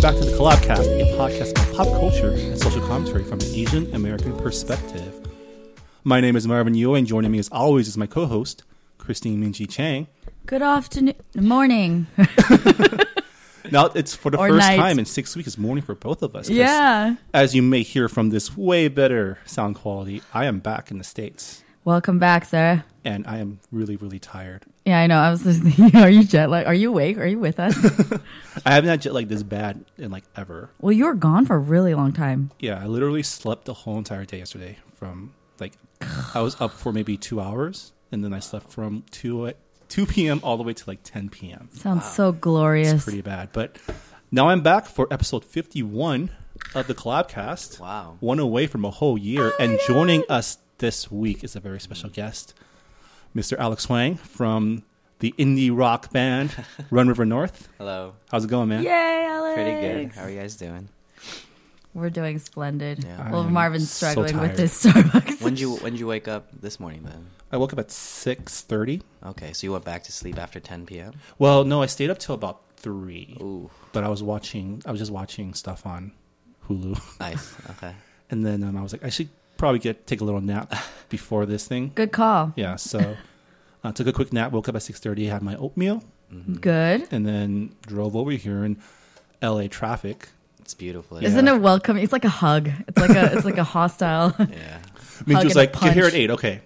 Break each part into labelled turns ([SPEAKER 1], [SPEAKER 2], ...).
[SPEAKER 1] Collabcast, a podcast about pop culture and social commentary from an Asian American perspective. My name is Marvin Yeo, and joining me as always is my co host, Christine Minji Chang.
[SPEAKER 2] Good afternoon, morning.
[SPEAKER 1] Now, it's for the
[SPEAKER 2] Or
[SPEAKER 1] first
[SPEAKER 2] night.
[SPEAKER 1] time in six weeks, it's morning for both of us. 'cause
[SPEAKER 2] Yeah.
[SPEAKER 1] As you may hear from this way better sound quality, I am back in the States,
[SPEAKER 2] Welcome back, Sarah.
[SPEAKER 1] and I am really, really tired.
[SPEAKER 2] Yeah, I know. I was just thinking, are you jet lagged? Are you awake? Are you with us?
[SPEAKER 1] I haven't had jet like this bad in like ever.
[SPEAKER 2] well, you were gone for a really long time.
[SPEAKER 1] Yeah, I literally slept the whole entire day yesterday. From like, I was up for maybe two hours, and then I slept from two two p.m. all the way to like ten p.m.
[SPEAKER 2] Sounds so glorious.
[SPEAKER 1] It's pretty bad, but now I'm back for episode fifty-one of the Collabcast.
[SPEAKER 3] Wow.
[SPEAKER 1] one away from a whole year, and joining us this week is a very special guest, Mr. Alex Wang from the indie rock band Run River North.
[SPEAKER 3] Hello.
[SPEAKER 1] How's it going, man?
[SPEAKER 2] Yay, Alex.
[SPEAKER 3] Pretty good. How are you guys doing?
[SPEAKER 2] We're doing splendid.
[SPEAKER 3] Yeah.
[SPEAKER 2] Well,
[SPEAKER 1] I'm
[SPEAKER 2] Marvin's
[SPEAKER 1] so
[SPEAKER 2] struggling
[SPEAKER 1] tired.
[SPEAKER 2] with his Starbucks.
[SPEAKER 3] When did you when did you wake up this morning then?
[SPEAKER 1] I woke up at six thirty.
[SPEAKER 3] Okay, so you went back to sleep after 10 p.m.
[SPEAKER 1] Well, no, I stayed up till about three.
[SPEAKER 3] Ooh,
[SPEAKER 1] but I was watching. I was just watching stuff on Hulu,
[SPEAKER 3] nice. Okay.
[SPEAKER 1] and then um, I was like, I should probably get take a little nap before this thing.
[SPEAKER 2] Good call.
[SPEAKER 1] Yeah, so I took a quick nap. Woke up at six thirty, had my oatmeal,
[SPEAKER 2] Good.
[SPEAKER 1] and then drove over here in L.A. traffic.
[SPEAKER 3] It's beautiful.
[SPEAKER 1] Yeah.
[SPEAKER 2] Isn't it welcoming? It's like a hug. It's like a it's like a hostile.
[SPEAKER 3] Yeah.
[SPEAKER 1] Minji was
[SPEAKER 2] Hug and a
[SPEAKER 1] like, "Get here at
[SPEAKER 2] punch.
[SPEAKER 1] eight, okay."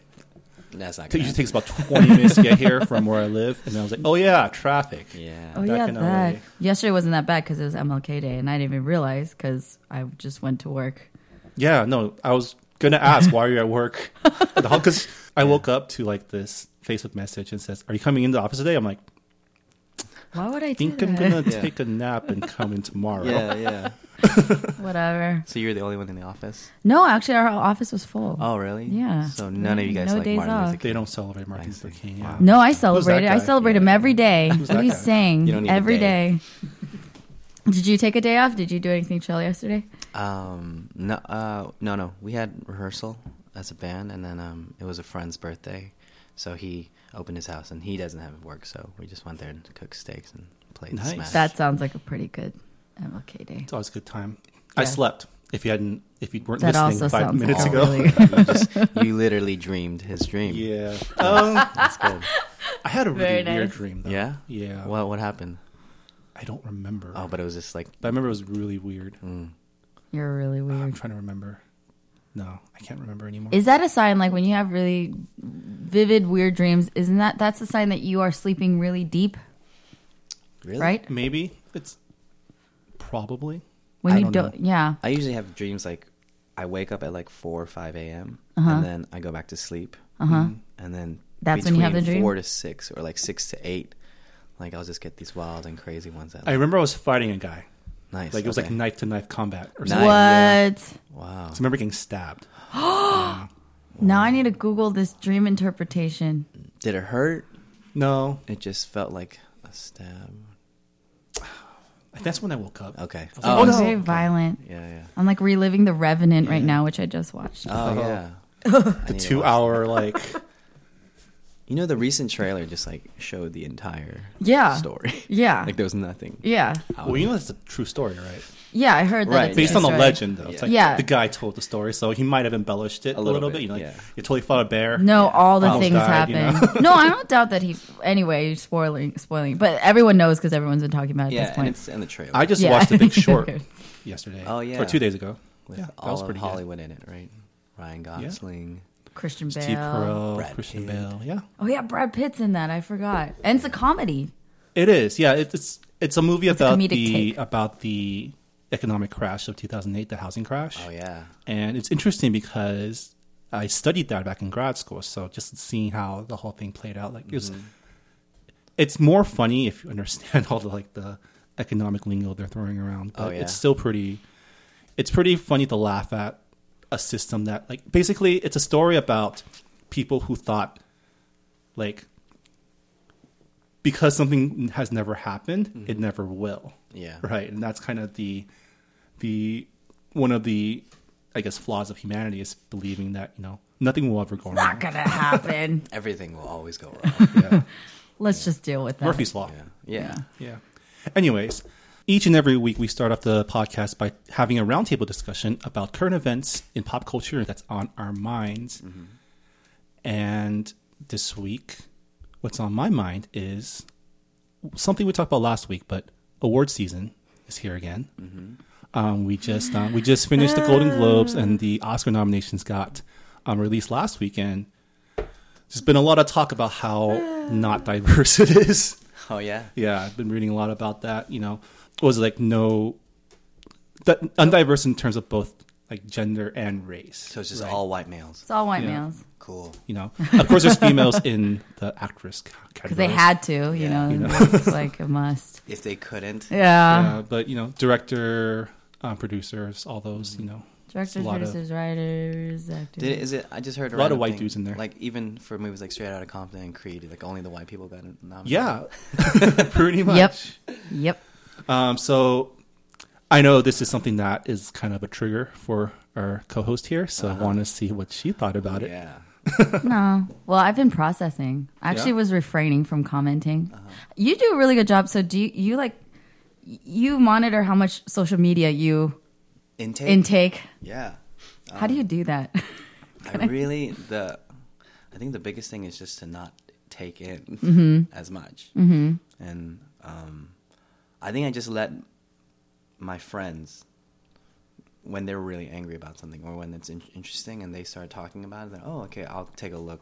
[SPEAKER 3] That's not
[SPEAKER 1] It usually
[SPEAKER 3] good.
[SPEAKER 1] takes about twenty minutes to get here from where I live, and I was like, "Oh yeah, traffic."
[SPEAKER 3] Yeah.
[SPEAKER 2] Oh
[SPEAKER 1] Back
[SPEAKER 2] yeah,
[SPEAKER 1] in LA.
[SPEAKER 2] that. Yesterday wasn't that bad because it was MLK Day, and I didn't even realize because I just went to work.
[SPEAKER 1] Yeah, no, I was gonna ask why are you at work? Because I woke up to like this Facebook message and says, "Are you coming into the office today?" I'm like,
[SPEAKER 2] Why would I do
[SPEAKER 1] "Think I'm
[SPEAKER 2] that?
[SPEAKER 1] gonna
[SPEAKER 3] Yeah.
[SPEAKER 1] take a nap and come in tomorrow."
[SPEAKER 3] Yeah, yeah.
[SPEAKER 2] Whatever.
[SPEAKER 3] So you're the only one in the office?
[SPEAKER 2] No, actually, our office was full.
[SPEAKER 3] Oh, really?
[SPEAKER 2] Yeah.
[SPEAKER 3] So none of you guys
[SPEAKER 2] No
[SPEAKER 3] like
[SPEAKER 2] days
[SPEAKER 3] Martin Luther
[SPEAKER 2] off.
[SPEAKER 1] They
[SPEAKER 3] King.
[SPEAKER 1] don't celebrate Martin
[SPEAKER 3] I
[SPEAKER 1] Luther
[SPEAKER 3] see.
[SPEAKER 1] King.
[SPEAKER 3] Wow.
[SPEAKER 1] Yeah.
[SPEAKER 2] No, I
[SPEAKER 1] that
[SPEAKER 2] celebrated. I
[SPEAKER 1] guy?
[SPEAKER 2] celebrate him
[SPEAKER 3] Yeah.
[SPEAKER 2] every day. What
[SPEAKER 1] that
[SPEAKER 2] are you
[SPEAKER 1] guy?
[SPEAKER 2] saying?
[SPEAKER 3] You don't need a
[SPEAKER 2] every
[SPEAKER 3] day.
[SPEAKER 2] day. Did you take a day off? Did you do anything chill yesterday?
[SPEAKER 3] Um, no, uh, no, no. We had rehearsal as a band, and then um, it was a friend's birthday, so he opened his house, and he doesn't have work, so we just went there and cooked steaks and played
[SPEAKER 1] Nice.
[SPEAKER 3] Smash.
[SPEAKER 2] That sounds like a pretty good MLK day.
[SPEAKER 1] It's always a good time. I
[SPEAKER 2] Yeah.
[SPEAKER 1] slept. If you hadn't, if you weren't
[SPEAKER 2] That also
[SPEAKER 1] listening five
[SPEAKER 2] sounds like
[SPEAKER 1] minutes
[SPEAKER 2] a
[SPEAKER 1] ago,
[SPEAKER 2] really.
[SPEAKER 3] you, just, you literally dreamed his dream.
[SPEAKER 1] yeah. Um,
[SPEAKER 3] That's good.
[SPEAKER 1] I had a really
[SPEAKER 2] Very
[SPEAKER 1] weird
[SPEAKER 2] nice.
[SPEAKER 1] dream. Though.
[SPEAKER 3] Yeah?
[SPEAKER 1] yeah.
[SPEAKER 3] Well, what happened?
[SPEAKER 1] I don't remember.
[SPEAKER 3] Oh, Mm. but it was just like,
[SPEAKER 1] but I remember it was really weird.
[SPEAKER 2] You're really
[SPEAKER 1] I'm
[SPEAKER 2] weird.
[SPEAKER 1] trying to remember. No, I can't remember anymore.
[SPEAKER 2] Is that a sign? Like when you have really vivid, weird dreams, isn't that that's a sign that you are sleeping really deep,
[SPEAKER 3] really?
[SPEAKER 2] right?
[SPEAKER 1] Maybe it's probably.
[SPEAKER 2] When
[SPEAKER 3] I
[SPEAKER 2] you
[SPEAKER 3] don't
[SPEAKER 2] don't, yeah.
[SPEAKER 3] I usually have dreams like I wake up at like 4 or 5 a.m., and then I go back to sleep. Mm-hmm. And then
[SPEAKER 2] Uh-huh. That's when you have
[SPEAKER 3] between
[SPEAKER 2] the dream?
[SPEAKER 3] 4 to 6 or like 6 to 8, like I'll just get these wild and crazy ones. That,
[SPEAKER 1] I remember I was fighting a guy.
[SPEAKER 3] nice.
[SPEAKER 1] Like it was like
[SPEAKER 3] okay.
[SPEAKER 1] knife to knife combat or
[SPEAKER 3] Nice.
[SPEAKER 1] something.
[SPEAKER 2] What?
[SPEAKER 3] I- yeah. Wow.
[SPEAKER 1] I remember getting stabbed.
[SPEAKER 2] Now I need to Google this dream interpretation.
[SPEAKER 3] Did it hurt?
[SPEAKER 1] No,
[SPEAKER 3] It just felt like a stab.
[SPEAKER 1] that's when I woke up.
[SPEAKER 3] Okay.
[SPEAKER 1] Oh,
[SPEAKER 2] it's
[SPEAKER 1] no.
[SPEAKER 2] very violent.
[SPEAKER 3] Yeah, yeah.
[SPEAKER 2] I'm like reliving The Revenant right now, which I just watched.
[SPEAKER 3] Oh,
[SPEAKER 1] Oh.
[SPEAKER 3] yeah.
[SPEAKER 1] The two hour like
[SPEAKER 3] You know, the recent trailer just like showed the entire
[SPEAKER 2] Yeah.
[SPEAKER 3] story.
[SPEAKER 2] Yeah.
[SPEAKER 3] like there was nothing.
[SPEAKER 2] yeah.
[SPEAKER 3] Oh,
[SPEAKER 1] well, you know that's a true story, right?
[SPEAKER 2] Yeah, I heard that.
[SPEAKER 3] Right,
[SPEAKER 2] it's
[SPEAKER 1] Based
[SPEAKER 2] true
[SPEAKER 1] on a
[SPEAKER 2] story.
[SPEAKER 1] legend, though. It's like
[SPEAKER 2] Yeah.
[SPEAKER 1] the guy told the story, so he might have embellished it a, little, bit. You know, like
[SPEAKER 3] yeah.
[SPEAKER 1] you totally fought a bear.
[SPEAKER 2] No, all the
[SPEAKER 1] Almost
[SPEAKER 2] things
[SPEAKER 1] died, you
[SPEAKER 2] happen. no, I don't doubt that he. Anyway, spoiling, spoiling, but everyone knows because everyone's been talking about it at
[SPEAKER 3] Yeah,
[SPEAKER 2] this
[SPEAKER 3] and
[SPEAKER 2] point.
[SPEAKER 3] it's in the trailer.
[SPEAKER 1] I just
[SPEAKER 2] Yeah.
[SPEAKER 1] watched The Big Short
[SPEAKER 2] Okay.
[SPEAKER 1] yesterday.
[SPEAKER 3] Oh, yeah.
[SPEAKER 1] or two days ago.
[SPEAKER 3] with
[SPEAKER 1] yeah, that
[SPEAKER 3] all
[SPEAKER 1] was
[SPEAKER 3] of
[SPEAKER 1] pretty good.
[SPEAKER 3] Hollywood in it, right? Ryan Gosling.
[SPEAKER 2] Christian Bale.
[SPEAKER 1] Steve Carell,
[SPEAKER 3] Brad
[SPEAKER 1] Christian
[SPEAKER 3] Pitt.
[SPEAKER 1] Bale. Yeah,
[SPEAKER 2] Oh yeah, Brad Pitt's in that. I forgot. And it's a comedy.
[SPEAKER 1] it is. Yeah, it, it's it's a movie about
[SPEAKER 2] comedic
[SPEAKER 1] the
[SPEAKER 2] take.
[SPEAKER 1] about the economic crash of 2008, the housing crash.
[SPEAKER 3] Oh yeah.
[SPEAKER 1] And it's interesting because I studied that back in grad school. So just seeing how the whole thing played out, like it was,
[SPEAKER 3] Mm-hmm.
[SPEAKER 1] it's more funny if you understand all the like the economic lingo they're throwing around. But
[SPEAKER 3] Oh, yeah.
[SPEAKER 1] it's still pretty, it's pretty funny to laugh at a system that like basically it's a story about people who thought like because something has never happened, it never will.
[SPEAKER 3] Mm-hmm. Yeah.
[SPEAKER 1] Right. And that's kind of the the one of the I guess flaws of humanity is believing that, you know, nothing will ever go wrong.
[SPEAKER 2] Not gonna happen.
[SPEAKER 3] Everything will always go wrong.
[SPEAKER 1] Yeah.
[SPEAKER 2] Let's just deal with that.
[SPEAKER 1] Murphy's Law.
[SPEAKER 3] yeah. Yeah.
[SPEAKER 1] Yeah. Anyways, Each and every week, we start off the podcast by having a roundtable discussion about current events in pop culture that's on our minds. And this week, what's on my mind is something we talked about last week, but award season is here again. Um, we just um, we just finished the Golden Globes, and the Oscar nominations got um, released last weekend. There's been a lot of talk about how not diverse it is.
[SPEAKER 3] Oh yeah.
[SPEAKER 1] Yeah, I've been reading a lot about that. You know, it was like no, that undiverse in terms of both like gender and race.
[SPEAKER 3] So it's just all white males.
[SPEAKER 2] It's all white
[SPEAKER 1] Yeah.
[SPEAKER 2] males
[SPEAKER 3] Cool.
[SPEAKER 1] you know, of course, there's females in the actress c-
[SPEAKER 2] because
[SPEAKER 1] category.
[SPEAKER 2] they had to. You
[SPEAKER 3] Yeah.
[SPEAKER 2] know, it's like a must.
[SPEAKER 3] If they couldn't,
[SPEAKER 2] Yeah,
[SPEAKER 1] Uh, but you know, director, um, producers, all those. You know, it's a
[SPEAKER 2] directors,
[SPEAKER 1] lot of-
[SPEAKER 2] producers, writers, actors.
[SPEAKER 3] did, is it? I just heard
[SPEAKER 1] Lot
[SPEAKER 3] a
[SPEAKER 1] of
[SPEAKER 3] random
[SPEAKER 1] white
[SPEAKER 3] thing,
[SPEAKER 1] dudes in there.
[SPEAKER 3] Like even for movies like Straight Outta Compton and Creed, like only the white people got nominated.
[SPEAKER 1] yeah, pretty much.
[SPEAKER 2] Yep. Yep.
[SPEAKER 1] Um, so I know this is something that is kind of a trigger for our co-host here. So
[SPEAKER 3] Uh-huh.
[SPEAKER 1] I want to see what she thought about it.
[SPEAKER 3] Yeah.
[SPEAKER 2] No. Well, I've been processing. I actually
[SPEAKER 1] Yeah?
[SPEAKER 2] was refraining from commenting. You do a really good job. So do you, you like you monitor how much social media you
[SPEAKER 3] Intake.
[SPEAKER 2] intake?
[SPEAKER 3] Yeah.
[SPEAKER 2] How do you do that?
[SPEAKER 3] I really the I think the biggest thing is just to not take in as much, mm-hmm. and um, I think I just let my friends when they're really angry about something or when it's in- interesting and they start talking about it. Then oh, okay, I'll take a look.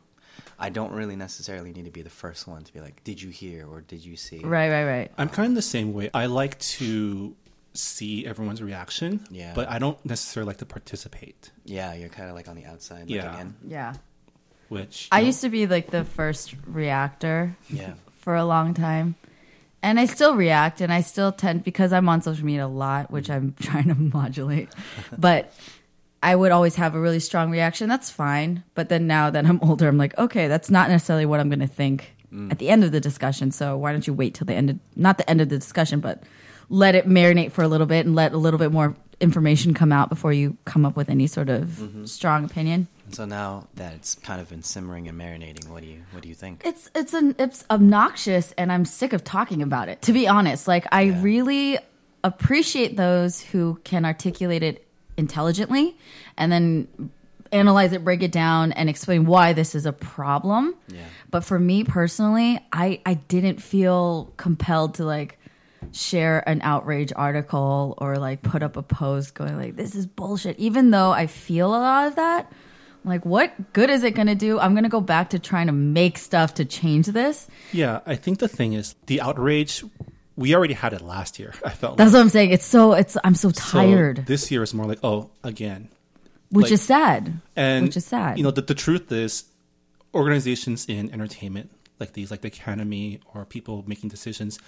[SPEAKER 3] I don't really necessarily need to be the first one to be like, "Did you hear?" or "Did you see?"
[SPEAKER 2] right, right, right.
[SPEAKER 1] I'm kind of the same way. I like to see everyone's reaction,
[SPEAKER 3] Yeah.
[SPEAKER 1] but I don't necessarily like to participate.
[SPEAKER 3] Yeah, you're kind of like on the outside looking
[SPEAKER 1] Yeah.
[SPEAKER 3] in.
[SPEAKER 2] Yeah.
[SPEAKER 1] Which
[SPEAKER 2] I
[SPEAKER 1] you know,
[SPEAKER 2] used to be like the first reactor
[SPEAKER 3] Yeah,
[SPEAKER 2] for a long time. And I still react and I still tend because I'm on social media a lot, which I'm trying to modulate. But I would always have a really strong reaction. That's fine. But then now that I'm older, I'm like, okay, that's not necessarily what I'm going to think at the end of the discussion. So why don't you wait till the end of, not the end of the discussion, but let it marinate for a little bit and let a little bit more information come out before you come up with any sort of strong opinion.
[SPEAKER 3] and so now that it's kind of been simmering and marinating, what do you what do you think?
[SPEAKER 2] It's it's an it's obnoxious, and I'm sick of talking about it. To be honest, like I
[SPEAKER 3] Yeah.
[SPEAKER 2] really appreciate those who can articulate it intelligently, and then analyze it, break it down, and explain why this is a problem.
[SPEAKER 3] Yeah.
[SPEAKER 2] But for me personally, I I didn't feel compelled to like share an outrage article or like put up a post going like this is bullshit even though i feel a lot of that I'm like what good is it going to do i'm going to go back to trying to make stuff to change this
[SPEAKER 1] Yeah, I think the thing is the outrage. We already had it last year. I felt
[SPEAKER 2] that's
[SPEAKER 1] like.
[SPEAKER 2] what i'm saying it's so it's i'm so
[SPEAKER 1] So
[SPEAKER 2] tired
[SPEAKER 1] this year is more like oh again,
[SPEAKER 2] which
[SPEAKER 1] like-
[SPEAKER 2] is sad
[SPEAKER 1] and
[SPEAKER 2] which is sad
[SPEAKER 1] You know, the, the truth is, organizations in entertainment like these, like the Academy or people making decisions,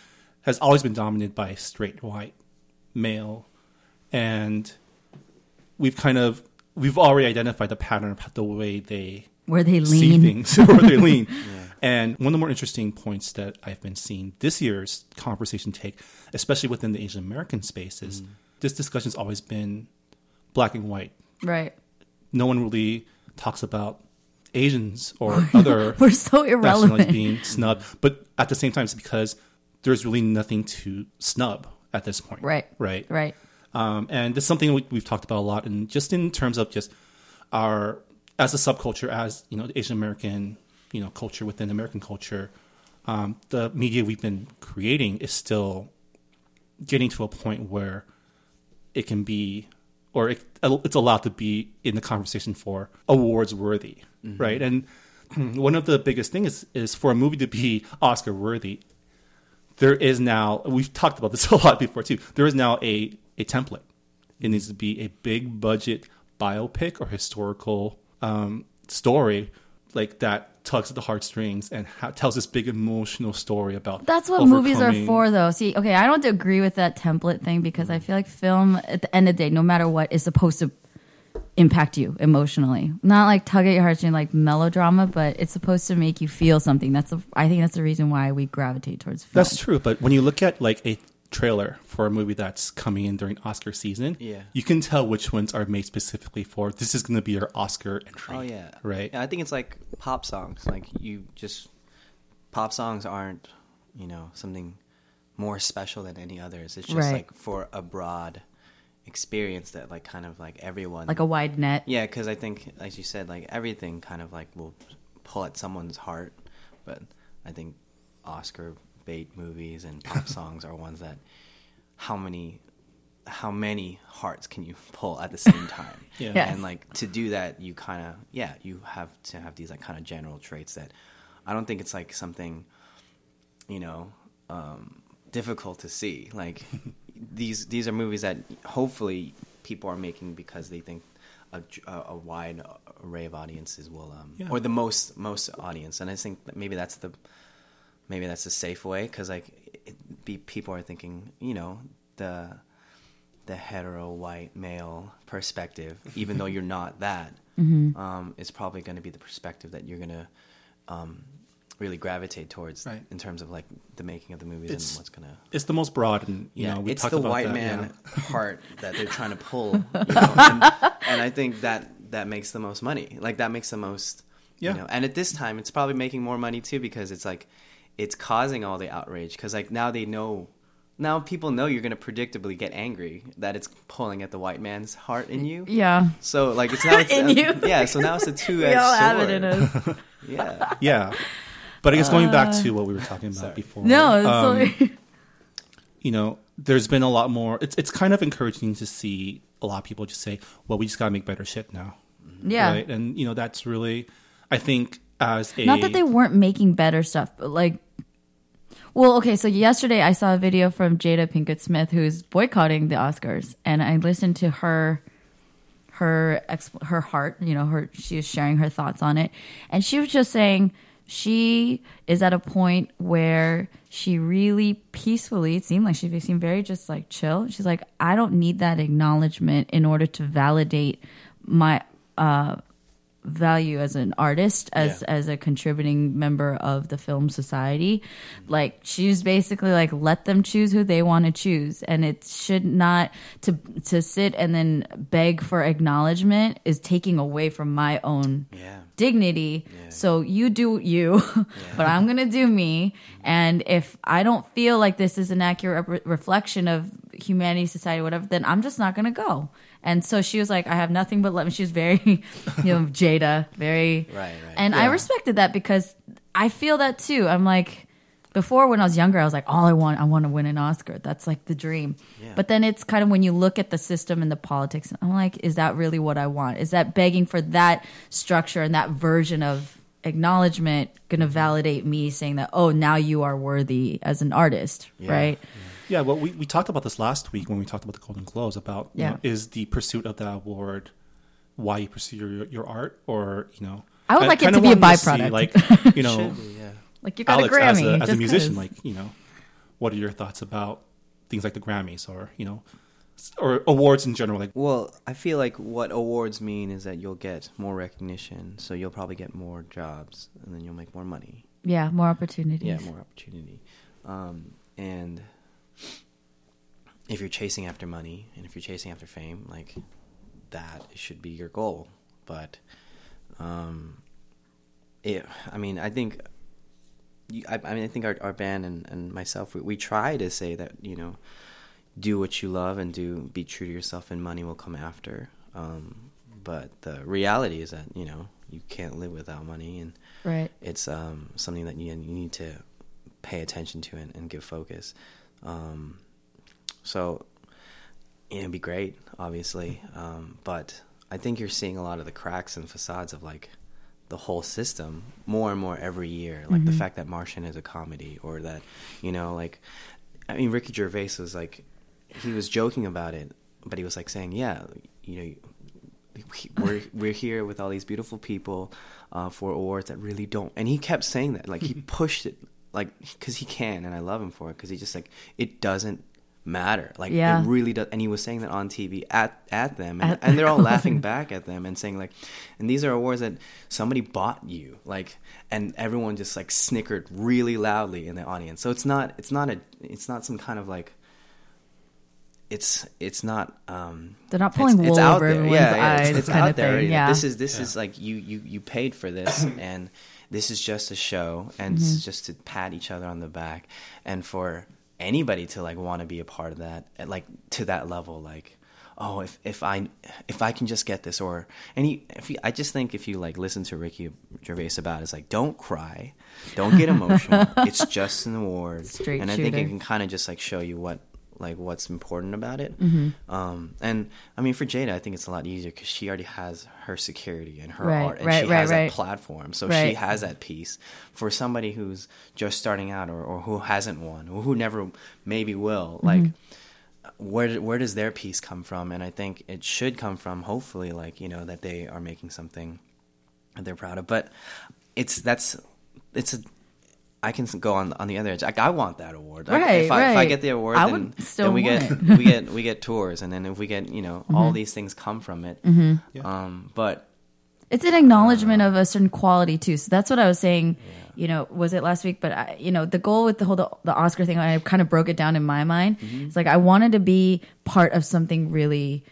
[SPEAKER 1] has always been dominated by straight white male, and we've kind of we've already identified the pattern of the way they
[SPEAKER 2] where they
[SPEAKER 1] see
[SPEAKER 2] lean
[SPEAKER 1] things where they lean. And one of the more interesting points that I've been seeing this year's conversation take, especially within the Asian American space, is this discussion's always been black and white.
[SPEAKER 2] right
[SPEAKER 1] No one really talks about Asians or other
[SPEAKER 2] we're so
[SPEAKER 1] nationalities
[SPEAKER 2] irrelevant
[SPEAKER 1] being snubbed. But at the same time, it's because there's really nothing to snub at this point.
[SPEAKER 2] Right.
[SPEAKER 1] Right.
[SPEAKER 2] right
[SPEAKER 1] Um, and it's something we, we've talked about a lot, and just in terms of just our as a subculture, as you know, the Asian American, you know, culture within American culture, um, the media we've been creating is still getting to a point where it can be, or it, it's allowed to be in the conversation for awards worthy, right? And one of the biggest things is, is for a movie to be Oscar worthy, there is now we've talked about this a lot before too there is now a a template it needs to be a big budget biopic or historical um, story like that tugs at the heartstrings and ha- tells this big emotional story about
[SPEAKER 2] That's what movies are
[SPEAKER 1] overcoming-
[SPEAKER 2] for, though. See, okay, I don't agree with that template thing because I feel like film, at the end of the day, no matter what, is supposed to impact you emotionally. Not like tug at your heartstring, like melodrama, but it's supposed to make you feel something. That's the, I think that's the reason why we gravitate towards film.
[SPEAKER 1] that's true but when you look at like a trailer for a movie that's coming in during oscar season
[SPEAKER 3] Yeah.
[SPEAKER 1] you can tell which ones are made specifically for this is going to be your oscar entry
[SPEAKER 3] Oh yeah,
[SPEAKER 1] right
[SPEAKER 3] Yeah, I think it's like pop songs. Like you just pop songs aren't you know something more special than any others. It's just
[SPEAKER 2] Right.
[SPEAKER 3] like for a broad experience that like kind of like everyone
[SPEAKER 2] like a wide net.
[SPEAKER 3] yeah, because I think, as you said, like everything kind of like will pull at someone's heart, but I think Oscar bait movies and pop songs are ones that how many how many hearts can you pull at the same time?
[SPEAKER 1] Yeah.
[SPEAKER 2] Yes.
[SPEAKER 3] And like to do that, you kind of yeah, you have to have these like kind of general traits that I don't think it's like something you know um, difficult to see. Like these these are movies that hopefully people are making because they think a, a wide array of audiences will um,
[SPEAKER 1] Yeah.
[SPEAKER 3] or the most most audience. And I think that maybe that's the maybe that's the safe way because like it, be, people are thinking you know the the hetero white male perspective, even though you're not that,
[SPEAKER 1] Mm-hmm.
[SPEAKER 3] um, is probably going to be the perspective that you're going to um, really gravitate towards
[SPEAKER 1] Right.
[SPEAKER 3] in terms of like the making of the movies
[SPEAKER 1] It's-
[SPEAKER 3] and what's going to.
[SPEAKER 1] It's the most broad, and you
[SPEAKER 3] yeah,
[SPEAKER 1] know we
[SPEAKER 3] it's
[SPEAKER 1] talked
[SPEAKER 3] the
[SPEAKER 1] about
[SPEAKER 3] white
[SPEAKER 1] that,
[SPEAKER 3] man
[SPEAKER 1] yeah.
[SPEAKER 3] heart that they're trying to pull, you know? and, and I think that that makes the most money. Like that makes the most,
[SPEAKER 1] Yeah.
[SPEAKER 3] you know. And at this time, it's probably making more money too because it's like it's causing all the outrage because like now they know. Now people know you're going to predictably get angry that it's pulling at the white man's heart in you.
[SPEAKER 2] Yeah.
[SPEAKER 3] So like it's now it's,
[SPEAKER 2] In you.
[SPEAKER 3] yeah. So now it's a two
[SPEAKER 2] We
[SPEAKER 3] edged sword.
[SPEAKER 2] all have it in us.
[SPEAKER 3] Yeah.
[SPEAKER 1] Yeah. But I guess going back to what we were talking about before.
[SPEAKER 2] No, it's
[SPEAKER 1] um,
[SPEAKER 2] like,
[SPEAKER 1] you know, there's been a lot more. It's it's kind of encouraging to see a lot of people just say, "Well, we just gotta make better shit now."
[SPEAKER 2] yeah.
[SPEAKER 1] Right. And you know, that's really, I think, as a
[SPEAKER 2] Not that they weren't making better stuff, but like, well, okay. So yesterday I saw a video from Jada Pinkett Smith who's boycotting the Oscars, and I listened to her, her exp- her heart. You know, her she was sharing her thoughts on it, and she was just saying she is at a point where she really peacefully it seemed like she seemed very just like chill she's like i don't need that acknowledgement in order to validate my value as an artist as
[SPEAKER 3] Yeah.
[SPEAKER 2] as a contributing member of the film society like she's basically like let them choose who they want to choose and it should not to to sit and then beg for acknowledgement is taking away from my own
[SPEAKER 3] Yeah.
[SPEAKER 2] dignity so you do you but i'm gonna do me and if i don't feel like this is an accurate re- reflection of humanity society whatever then i'm just not gonna go and so she was like i have nothing but love and she was very you know jada very
[SPEAKER 3] Right, right.
[SPEAKER 2] and i respected that because i feel that too i'm like before when i was younger i was like all i want i want to win an oscar that's like the dream
[SPEAKER 3] Yeah.
[SPEAKER 2] but then it's kind of when you look at the system and the politics, and I'm like, is that really what I want? Is that begging for that structure and that version of acknowledgement going to
[SPEAKER 3] Mm-hmm.
[SPEAKER 2] validate me saying that, oh, now you are worthy as an artist,
[SPEAKER 3] Yeah.
[SPEAKER 2] right?
[SPEAKER 1] Yeah, well, we, we talked about this last week when we talked about the Golden Globes about you
[SPEAKER 2] Yeah.
[SPEAKER 1] know, is the pursuit of that award why you pursue your, your art or you know
[SPEAKER 2] I would like it
[SPEAKER 1] kinda
[SPEAKER 2] to be a
[SPEAKER 1] wanted see,
[SPEAKER 2] byproduct.
[SPEAKER 1] like you know
[SPEAKER 3] Should be, yeah.
[SPEAKER 2] Like you got
[SPEAKER 1] Alex
[SPEAKER 2] a Grammy
[SPEAKER 1] as a as a
[SPEAKER 2] just
[SPEAKER 1] musician,
[SPEAKER 2] 'cause.
[SPEAKER 1] like you know, what are your thoughts about things like the Grammys or you know s- or awards in general? Like
[SPEAKER 3] Well, I feel like what awards mean is that you'll get more recognition, so you'll probably get more jobs, and then you'll make more money.
[SPEAKER 2] yeah, more opportunities.
[SPEAKER 3] Yeah, more opportunity. Um, and if you're chasing after money and if you're chasing after fame, like that should be your goal. But um, it, I mean, I think you, I, I mean, I think our, our band and, and myself, we, we try to say that, you know, do what you love and do be true to yourself and money will come after. Um, but the reality is that, you know, you can't live without money and
[SPEAKER 2] right.
[SPEAKER 3] it's um, something that you, you need to pay attention to and, and give focus. Um, so you know, it'd be great, obviously, um, but I think you're seeing a lot of the cracks and facades of like the whole system more and more every year. Like the fact that Martian is a comedy, or that you know, like I mean, Ricky Gervais was like he was joking about it, but he was like saying, yeah, you know. we- We're we're here with all these beautiful people uh, for awards that really don't, and he kept saying that like he pushed it like because he can, and I love him for it because he just like it doesn't matter like
[SPEAKER 2] Yeah.
[SPEAKER 3] it really does and he was saying that on tv at at them and,
[SPEAKER 2] At
[SPEAKER 3] and they're all
[SPEAKER 2] them.
[SPEAKER 3] laughing back at them and saying like and these are awards that somebody bought you like and everyone just like snickered really loudly in the audience so it's not it's not a it's not some kind of like it's it's not um
[SPEAKER 2] They're not pulling
[SPEAKER 3] it's,
[SPEAKER 2] wool
[SPEAKER 3] it's out
[SPEAKER 2] over
[SPEAKER 3] there.
[SPEAKER 2] everyone's
[SPEAKER 3] yeah, yeah,
[SPEAKER 2] eyes
[SPEAKER 3] it's, it's
[SPEAKER 2] kind
[SPEAKER 3] out
[SPEAKER 2] of
[SPEAKER 3] there
[SPEAKER 2] thing.
[SPEAKER 3] already.
[SPEAKER 2] Yeah.
[SPEAKER 3] this is this is like you you you paid for this and
[SPEAKER 2] Mm-hmm.
[SPEAKER 3] this is just a show and it's just to pat each other on the back and for anybody to like want to be a part of that, at, like to that level. Like, oh, if if I if I can just get this, or and he, if he, I just think if you like listen to Ricky Gervais about, it, it's like don't cry, don't get emotional. it's just an award,
[SPEAKER 2] Straight
[SPEAKER 3] and I think it
[SPEAKER 2] shooter.
[SPEAKER 3] can kind of just like show you what like what's important about it.
[SPEAKER 2] Mm-hmm.
[SPEAKER 3] Um, and I mean, for Jada, I think it's a lot easier because she already has her security and her
[SPEAKER 2] Right,
[SPEAKER 3] art, and
[SPEAKER 2] right,
[SPEAKER 3] she
[SPEAKER 2] right,
[SPEAKER 3] has
[SPEAKER 2] right.
[SPEAKER 3] that platform. So she
[SPEAKER 2] Right.
[SPEAKER 3] has that piece. For somebody who's just starting out, or, or who hasn't won, or who never maybe
[SPEAKER 2] Mm-hmm.
[SPEAKER 3] will, like where where does their piece come from? And I think it should come from hopefully, like you know, that they are making something that they're proud of. But it's that's it's a I can go on on the other edge. Like I want that award. Like,
[SPEAKER 2] Right,
[SPEAKER 3] if, I, if I
[SPEAKER 2] right.
[SPEAKER 3] get the award,
[SPEAKER 2] I
[SPEAKER 3] then,
[SPEAKER 2] would still
[SPEAKER 3] then we
[SPEAKER 2] want
[SPEAKER 3] get
[SPEAKER 2] it. Mm-hmm.
[SPEAKER 3] we get we get tours, and then if we get you know all these things come from it. Um, but
[SPEAKER 2] it's an acknowledgement of a certain quality too. So that's what I was saying. You know, was it last week? But I, you know, the goal with the whole the, the Oscar thing, I kind of broke it down in my mind.
[SPEAKER 3] Mm-hmm.
[SPEAKER 2] It's like I wanted to be part of something really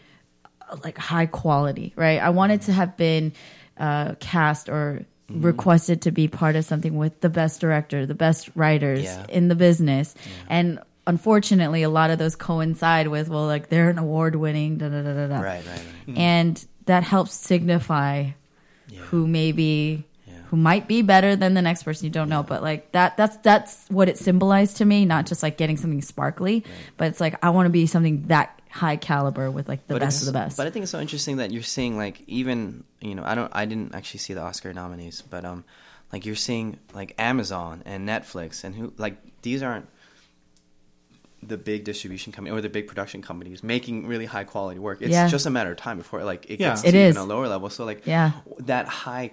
[SPEAKER 2] uh, like high quality, right? I wanted to have been uh, cast or
[SPEAKER 3] Mm-hmm.
[SPEAKER 2] requested to be part of something with the best director, the best writers
[SPEAKER 3] Yeah.
[SPEAKER 2] in the business, and unfortunately, a lot of those coincide with well, like they're an award winning, da da da da da,
[SPEAKER 3] right, right, right.
[SPEAKER 2] and that helps signify who maybe
[SPEAKER 3] Yeah.
[SPEAKER 2] who might be better than the next person you don't know but like that that's that's what it symbolized to me not just like getting something sparkly but it's like i want to be something that high caliber with like the best of the
[SPEAKER 3] it's-
[SPEAKER 2] best
[SPEAKER 3] But I think it's so interesting that you're seeing like even you know I don't I didn't actually see the Oscar nominees, but um like you're seeing like Amazon and Netflix and who like these aren't the big distribution company or the big production companies making really high quality work. It's
[SPEAKER 2] Yeah.
[SPEAKER 3] just a matter of time before like it
[SPEAKER 1] Yeah.
[SPEAKER 3] gets
[SPEAKER 2] It
[SPEAKER 3] to
[SPEAKER 2] is.
[SPEAKER 3] even a lower level. So like
[SPEAKER 2] Yeah.
[SPEAKER 3] that high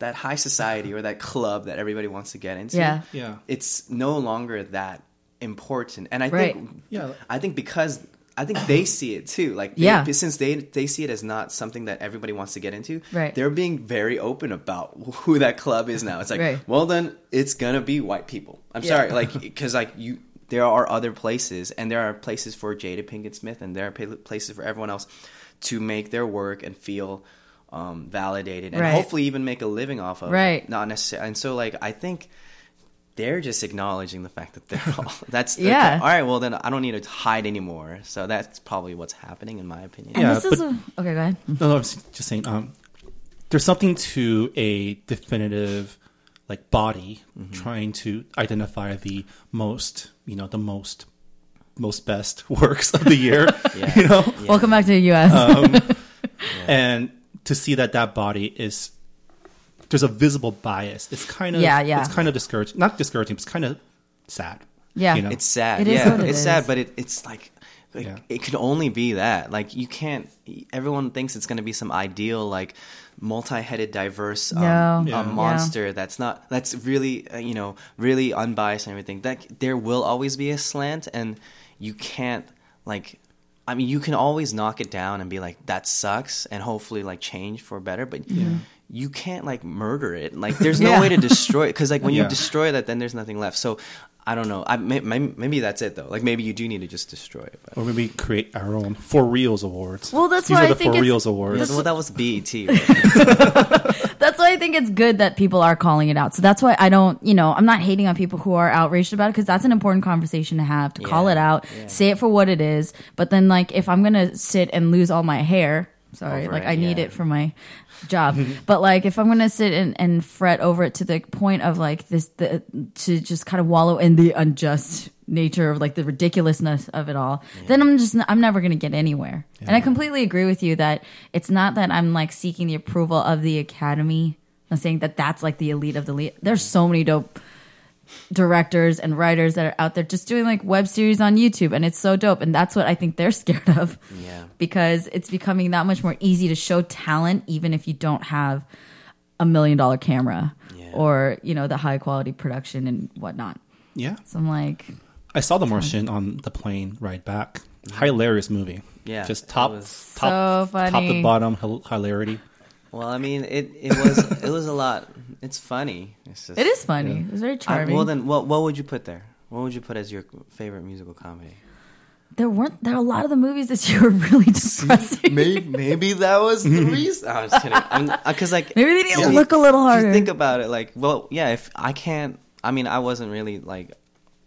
[SPEAKER 3] that high society or that club that everybody wants to get into.
[SPEAKER 2] Yeah.
[SPEAKER 1] Yeah.
[SPEAKER 3] It's no longer that important. And I
[SPEAKER 2] Right.
[SPEAKER 3] think
[SPEAKER 1] Yeah.
[SPEAKER 3] I think because I think they see it too. Like, they-
[SPEAKER 2] Yeah.
[SPEAKER 3] since they they see it as not something that everybody wants to get into,
[SPEAKER 2] Right.
[SPEAKER 3] They're being very open about who that club is now. It's like,
[SPEAKER 2] Right.
[SPEAKER 3] well, then it's gonna be white people. I'm
[SPEAKER 2] Yeah.
[SPEAKER 3] sorry, like, because like you, there are other places, and there are places for Jada Pinkett Smith, and there are pla- places for everyone else to make their work and feel um, validated, and
[SPEAKER 2] Right.
[SPEAKER 3] hopefully even make a living off of.
[SPEAKER 2] Right.
[SPEAKER 3] Not necessarily. And so, like, I think they're just acknowledging the fact that they're all that's the-
[SPEAKER 2] Yeah.
[SPEAKER 3] all right well then i don't need to hide anymore so that's probably what's happening in my opinion
[SPEAKER 2] and
[SPEAKER 1] Yeah,
[SPEAKER 2] this
[SPEAKER 1] but-
[SPEAKER 2] is a, okay go ahead
[SPEAKER 1] No, no, I'm s- just saying. Um, there's something to a definitive, like body
[SPEAKER 3] Mm-hmm.
[SPEAKER 1] trying to identify the most, you know, the most, most best works of the year.
[SPEAKER 3] Yeah.
[SPEAKER 1] You know,
[SPEAKER 2] welcome back to the us
[SPEAKER 1] Uh, and to see that that body is there's a visible bias. It's kind of
[SPEAKER 2] Yeah, yeah.
[SPEAKER 1] It's kind of discouraging. Not discouraging. But it's kind of sad.
[SPEAKER 2] Yeah.
[SPEAKER 1] you know?
[SPEAKER 3] it's sad
[SPEAKER 2] It is
[SPEAKER 3] yeah
[SPEAKER 2] what it
[SPEAKER 3] it's sad
[SPEAKER 2] is.
[SPEAKER 3] but it, it's like like,
[SPEAKER 1] Yeah.
[SPEAKER 3] it could only be that like you can't everyone thinks it's going to be some ideal like multi-headed diverse um,
[SPEAKER 2] No.
[SPEAKER 3] um,
[SPEAKER 1] Yeah.
[SPEAKER 3] monster that's not that's really uh, you know really unbiased and everything that there will always be a slant and you can't like i mean you can always knock it down and be like that sucks and hopefully like change for better but you can't like murder it like there's no
[SPEAKER 2] Yeah.
[SPEAKER 3] way to destroy it because like when
[SPEAKER 1] Yeah.
[SPEAKER 3] you destroy that then there's nothing left so i don't know I, may, may, maybe that's it though like maybe you do need to just destroy it but.
[SPEAKER 1] or maybe create our own for reals awards.
[SPEAKER 2] Well, that's
[SPEAKER 1] these
[SPEAKER 2] why
[SPEAKER 1] are
[SPEAKER 2] I
[SPEAKER 1] the
[SPEAKER 2] think
[SPEAKER 1] for
[SPEAKER 2] it's-
[SPEAKER 1] reals awards.
[SPEAKER 3] well that was bet right?
[SPEAKER 2] that's why I think it's good that people are calling it out. So that's why I don't, you know, I'm not hating on people who are outraged about it because that's an important conversation to have to call
[SPEAKER 3] Yeah,
[SPEAKER 2] it out,
[SPEAKER 3] yeah.
[SPEAKER 2] say it for what it is. But then, like, if I'm gonna sit and lose all my hair, sorry,
[SPEAKER 3] Over
[SPEAKER 2] like
[SPEAKER 3] it,
[SPEAKER 2] I need
[SPEAKER 3] yeah.
[SPEAKER 2] it for my job. but like, if I'm gonna sit and, and fret over it to the point of like this, the, to just kind of wallow in the unjust nature of like the ridiculousness of it all, then I'm just n- I'm never gonna get anywhere. And I completely agree with you that it's not that I'm like seeking the approval of the academy. I'm saying that that's like the elite of the elite. There's so many dope directors and writers that are out there just doing like web series on YouTube and it's so dope and that's what I think they're scared of.
[SPEAKER 3] Yeah.
[SPEAKER 2] Because it's becoming that much more easy to show talent even if you don't have a million dollar camera
[SPEAKER 3] Yeah.
[SPEAKER 2] or, you know, the high quality production and whatnot.
[SPEAKER 1] Yeah,
[SPEAKER 2] So I'm like
[SPEAKER 1] I saw The Martian on the plane ride back.
[SPEAKER 2] Mm-hmm.
[SPEAKER 1] Hilarious movie.
[SPEAKER 3] Yeah,
[SPEAKER 1] just
[SPEAKER 3] it
[SPEAKER 1] top,
[SPEAKER 3] was-
[SPEAKER 1] top,
[SPEAKER 2] So
[SPEAKER 1] top
[SPEAKER 2] funny.
[SPEAKER 1] to bottom hil- hilarity.
[SPEAKER 3] well i mean it, it was it was a lot it's funny it's just,
[SPEAKER 2] it is funny. It's very
[SPEAKER 3] I-
[SPEAKER 2] charming.
[SPEAKER 3] well then what, what would you put there what would you put as your favorite musical comedy
[SPEAKER 2] there weren't there are a lot of the movies this year were really depressing.
[SPEAKER 3] maybe, maybe that was the reason. I'm just kidding. Because like
[SPEAKER 2] Maybe they need to
[SPEAKER 3] if you-
[SPEAKER 2] look a little
[SPEAKER 3] if you
[SPEAKER 2] harder.
[SPEAKER 3] think about it, like, well, yeah. If I can't, I mean, I wasn't really like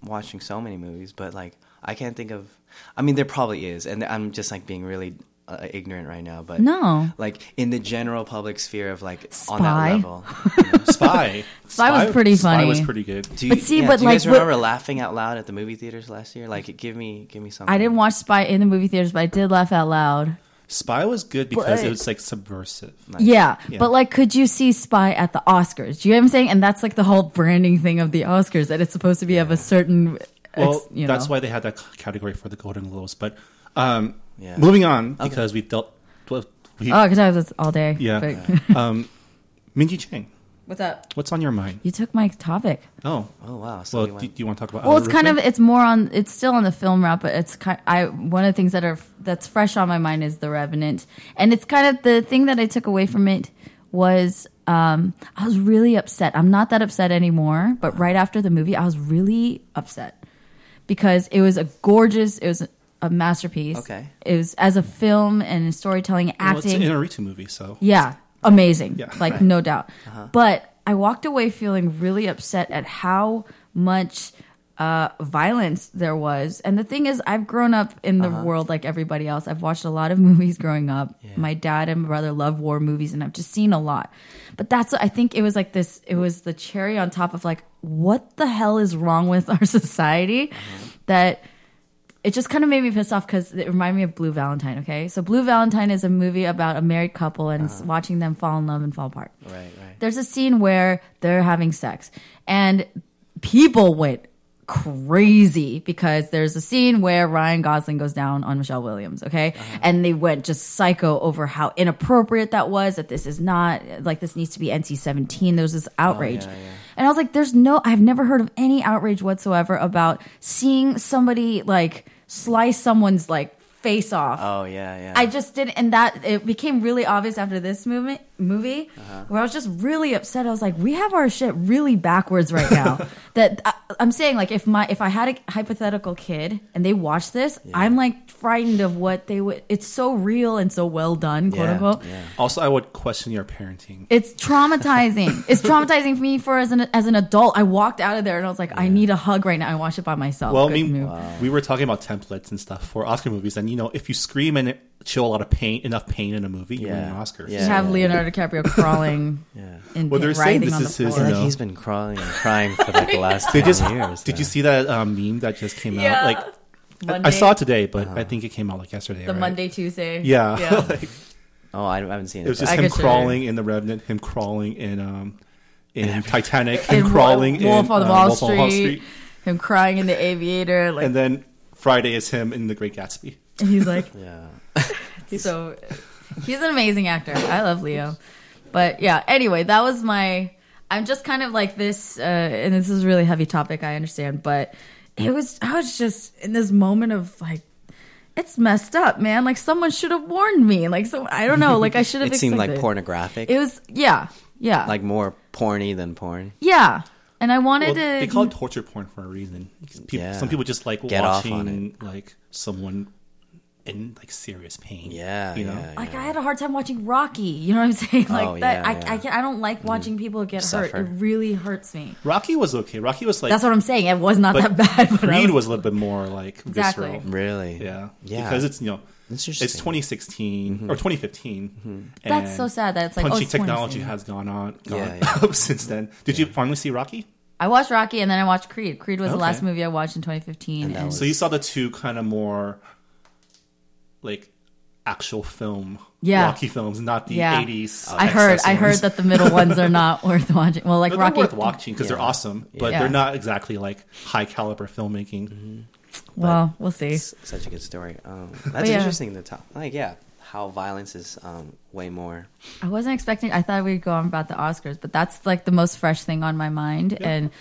[SPEAKER 3] watching so many movies, but like I can't think of. I mean, there probably is, and I'm just like being really uh, ignorant right now. But
[SPEAKER 2] No.
[SPEAKER 3] like in the general public sphere of like
[SPEAKER 2] Spy.
[SPEAKER 3] on that level.
[SPEAKER 1] Spy.
[SPEAKER 2] Spy was pretty
[SPEAKER 1] Spy was
[SPEAKER 2] funny.
[SPEAKER 1] pretty good.
[SPEAKER 3] Do
[SPEAKER 2] But see, but,
[SPEAKER 3] do you guys
[SPEAKER 2] like, what-
[SPEAKER 3] remember laughing out loud at the movie theaters last year? Like, give me, give me something.
[SPEAKER 2] I didn't watch Spy in the movie theaters, but I did laugh out loud.
[SPEAKER 1] Spy was good because
[SPEAKER 2] But-
[SPEAKER 1] it was like subversive.
[SPEAKER 2] Yeah,
[SPEAKER 1] Yeah.
[SPEAKER 2] but like, could you see Spy at the Oscars? Do you know what I'm saying? And that's like the whole branding thing of the Oscars that it's supposed to be of a certain. ex-
[SPEAKER 1] Well,
[SPEAKER 2] you
[SPEAKER 1] that's
[SPEAKER 2] know.
[SPEAKER 1] why they had that c- category for the Golden Globes. But um,
[SPEAKER 3] Yeah.
[SPEAKER 1] moving on because we dealt. well, We,
[SPEAKER 2] Oh, I could have this all day.
[SPEAKER 1] Yeah.
[SPEAKER 2] But-
[SPEAKER 1] um, Minji Chang,
[SPEAKER 2] What's up?
[SPEAKER 1] what's on your mind?
[SPEAKER 2] You took my topic.
[SPEAKER 1] Oh,
[SPEAKER 3] Oh wow! So
[SPEAKER 1] well,
[SPEAKER 3] we
[SPEAKER 1] do,
[SPEAKER 3] went-
[SPEAKER 1] do you want to talk about?
[SPEAKER 2] Well,
[SPEAKER 1] Alan
[SPEAKER 2] it's kind of
[SPEAKER 1] Rickman?
[SPEAKER 2] it's more on it's still on the film route, but it's kind. I one of the things that are that's fresh on my mind is The Revenant, and it's kind of the thing that I took away from it was um, I was really upset. I'm not that upset anymore, but right after the movie, I was really upset because it was a gorgeous, it was a masterpiece.
[SPEAKER 3] Okay.
[SPEAKER 2] it was as a film and storytelling,
[SPEAKER 1] Well, it's
[SPEAKER 2] acting,
[SPEAKER 1] an Inarritu movie, so
[SPEAKER 2] yeah, amazing.
[SPEAKER 1] Yeah.
[SPEAKER 2] Like
[SPEAKER 1] Right.
[SPEAKER 2] no doubt. But I walked away feeling really upset at how much uh, violence there was. And the thing is, I've grown up in the world like everybody else. I've watched a lot of movies growing up. My dad and my brother love war movies, and I've just seen a lot. But that's I think it was like this. It was the cherry on top of like what the hell is wrong with our society that it just kind of made me pissed off because it reminded me of Blue Valentine. Okay, so Blue Valentine is a movie about a married couple and it's watching them fall in love and fall apart.
[SPEAKER 3] right, right.
[SPEAKER 2] There's a scene where they're having sex and people went crazy because there's a scene where Ryan Gosling goes down on Michelle Williams, okay? And they went just psycho over how inappropriate that was, that this is not like this needs to be NC-17. There's this outrage. And I was like there's no I've never heard of any outrage whatsoever about seeing somebody like slice someone's like face off
[SPEAKER 3] Oh yeah, yeah.
[SPEAKER 2] I just didn't, and that it became really obvious after this movement movie,
[SPEAKER 3] Uh-huh.
[SPEAKER 2] where I was just really upset. I was like, we have our shit really backwards right now. that I, I'm saying, like, if my if I had a hypothetical kid and they watched this, I'm like frightened of what they would. It's so real and so well done, quote
[SPEAKER 3] Yeah,
[SPEAKER 2] unquote.
[SPEAKER 3] yeah.
[SPEAKER 1] also I would question your parenting.
[SPEAKER 2] It's traumatizing. it's traumatizing for me for as an as an adult. I walked out of there and I was like, I need a hug right now. I watched it by myself.
[SPEAKER 1] Well, I
[SPEAKER 2] Good
[SPEAKER 1] mean,
[SPEAKER 3] uh,
[SPEAKER 2] move.
[SPEAKER 1] we were talking about templates and stuff for Oscar movies, and you know, if you scream and show a lot of pain, enough pain in a movie, you win
[SPEAKER 3] Yeah.
[SPEAKER 1] an Oscar.
[SPEAKER 3] Yeah.
[SPEAKER 2] You have Leonardo DiCaprio crawling.
[SPEAKER 3] Yeah.
[SPEAKER 2] And
[SPEAKER 1] Well, they're saying
[SPEAKER 2] writhing
[SPEAKER 1] this
[SPEAKER 2] on the
[SPEAKER 1] is his,
[SPEAKER 2] floor.
[SPEAKER 1] you
[SPEAKER 3] Like
[SPEAKER 1] know-
[SPEAKER 3] he's been crawling and crying for like the last
[SPEAKER 1] They
[SPEAKER 3] ten
[SPEAKER 1] just-
[SPEAKER 3] years.
[SPEAKER 1] Did you
[SPEAKER 3] now.
[SPEAKER 1] see that um, meme that just came
[SPEAKER 2] Yeah.
[SPEAKER 1] out? Like, I
[SPEAKER 2] Monday.
[SPEAKER 1] saw it today, but I think it came out like yesterday.
[SPEAKER 2] the
[SPEAKER 1] right?
[SPEAKER 2] Monday Tuesday.
[SPEAKER 1] Yeah, like,
[SPEAKER 3] Oh, I haven't seen it.
[SPEAKER 1] it was
[SPEAKER 3] but-
[SPEAKER 1] just
[SPEAKER 2] I
[SPEAKER 1] him
[SPEAKER 2] could share.
[SPEAKER 1] crawling in The Revenant, him crawling in um, in Titanic,
[SPEAKER 2] And
[SPEAKER 1] him crawling
[SPEAKER 2] Wolf
[SPEAKER 1] in
[SPEAKER 2] on the
[SPEAKER 1] uh,
[SPEAKER 2] Wall,
[SPEAKER 1] Wolf
[SPEAKER 2] Street,
[SPEAKER 1] on Wall Street,
[SPEAKER 2] Him crying in the aviator. Like
[SPEAKER 1] and then Friday is him in The Great Gatsby.
[SPEAKER 2] he's like
[SPEAKER 3] yeah.
[SPEAKER 2] so. He's an amazing actor. I love Leo. But yeah. Anyway, that was my. I'm just kind of like this, uh, and this is a really heavy topic. I understand, but it was. I was just in this moment of like. It's messed up, man. Like someone should have warned me. Like so, I don't know. Like I should have.
[SPEAKER 3] It seemed like
[SPEAKER 2] expected.
[SPEAKER 3] pornographic.
[SPEAKER 2] It was, yeah, yeah,
[SPEAKER 3] like more porny than porn.
[SPEAKER 2] yeah. And I
[SPEAKER 1] Well,
[SPEAKER 2] wanted to.
[SPEAKER 1] they call it torture porn for a reason. People,
[SPEAKER 3] Yeah.
[SPEAKER 1] Some people just like
[SPEAKER 3] Get off
[SPEAKER 1] watching
[SPEAKER 3] on
[SPEAKER 1] like someone in like serious pain.
[SPEAKER 3] Yeah,
[SPEAKER 1] you know.
[SPEAKER 3] yeah,
[SPEAKER 2] Like I had a hard time watching Rocky. You know what I'm saying? Like
[SPEAKER 3] Oh,
[SPEAKER 2] that.
[SPEAKER 3] yeah,
[SPEAKER 2] I,
[SPEAKER 3] yeah.
[SPEAKER 2] I, can't, I don't like watching people get
[SPEAKER 3] Suffer.
[SPEAKER 2] hurt. It really hurts me.
[SPEAKER 1] Rocky was okay. Rocky was like
[SPEAKER 2] That's what I'm saying. It was not
[SPEAKER 1] but
[SPEAKER 2] that bad. But I
[SPEAKER 1] Creed
[SPEAKER 2] was,
[SPEAKER 1] was a little bit more like
[SPEAKER 2] Exactly.
[SPEAKER 1] visceral.
[SPEAKER 3] Really?
[SPEAKER 1] Yeah.
[SPEAKER 3] Yeah.
[SPEAKER 1] Because it's you know it's
[SPEAKER 3] Interesting. Mm-hmm.
[SPEAKER 1] 2016 or 2015. and
[SPEAKER 2] That's so sad that it's like, oh,
[SPEAKER 1] punchy
[SPEAKER 2] it's
[SPEAKER 1] technology
[SPEAKER 2] 2016.
[SPEAKER 1] has gone on gone
[SPEAKER 3] Yeah,
[SPEAKER 1] up since then. Did you finally see Rocky?
[SPEAKER 2] I watched Rocky and then I watched Creed. Creed was the
[SPEAKER 1] Okay.
[SPEAKER 2] last movie I watched in 2015.
[SPEAKER 3] And that
[SPEAKER 2] and-
[SPEAKER 3] was-
[SPEAKER 1] So you saw the two kind of more like actual film
[SPEAKER 2] Yeah.
[SPEAKER 1] Rocky films, not the
[SPEAKER 2] yeah,
[SPEAKER 3] Oh,
[SPEAKER 1] 80s.
[SPEAKER 2] I heard.
[SPEAKER 1] excess
[SPEAKER 2] I heard
[SPEAKER 1] ones.
[SPEAKER 2] that the middle ones are not worth watching. Well, like
[SPEAKER 1] But
[SPEAKER 2] Rocky.
[SPEAKER 1] they're worth watching because they're
[SPEAKER 3] Yeah.
[SPEAKER 1] awesome, but
[SPEAKER 2] Yeah.
[SPEAKER 1] they're not exactly like high caliber filmmaking.
[SPEAKER 3] Mm-hmm.
[SPEAKER 2] Well, we'll see.
[SPEAKER 3] It's such a good story. Um,
[SPEAKER 2] But
[SPEAKER 3] that's
[SPEAKER 2] yeah.
[SPEAKER 3] interesting. The top, like, yeah, how violence is um, way more.
[SPEAKER 2] I wasn't expecting. I thought we'd go on about the Oscars, but that's like the most fresh thing on my mind. And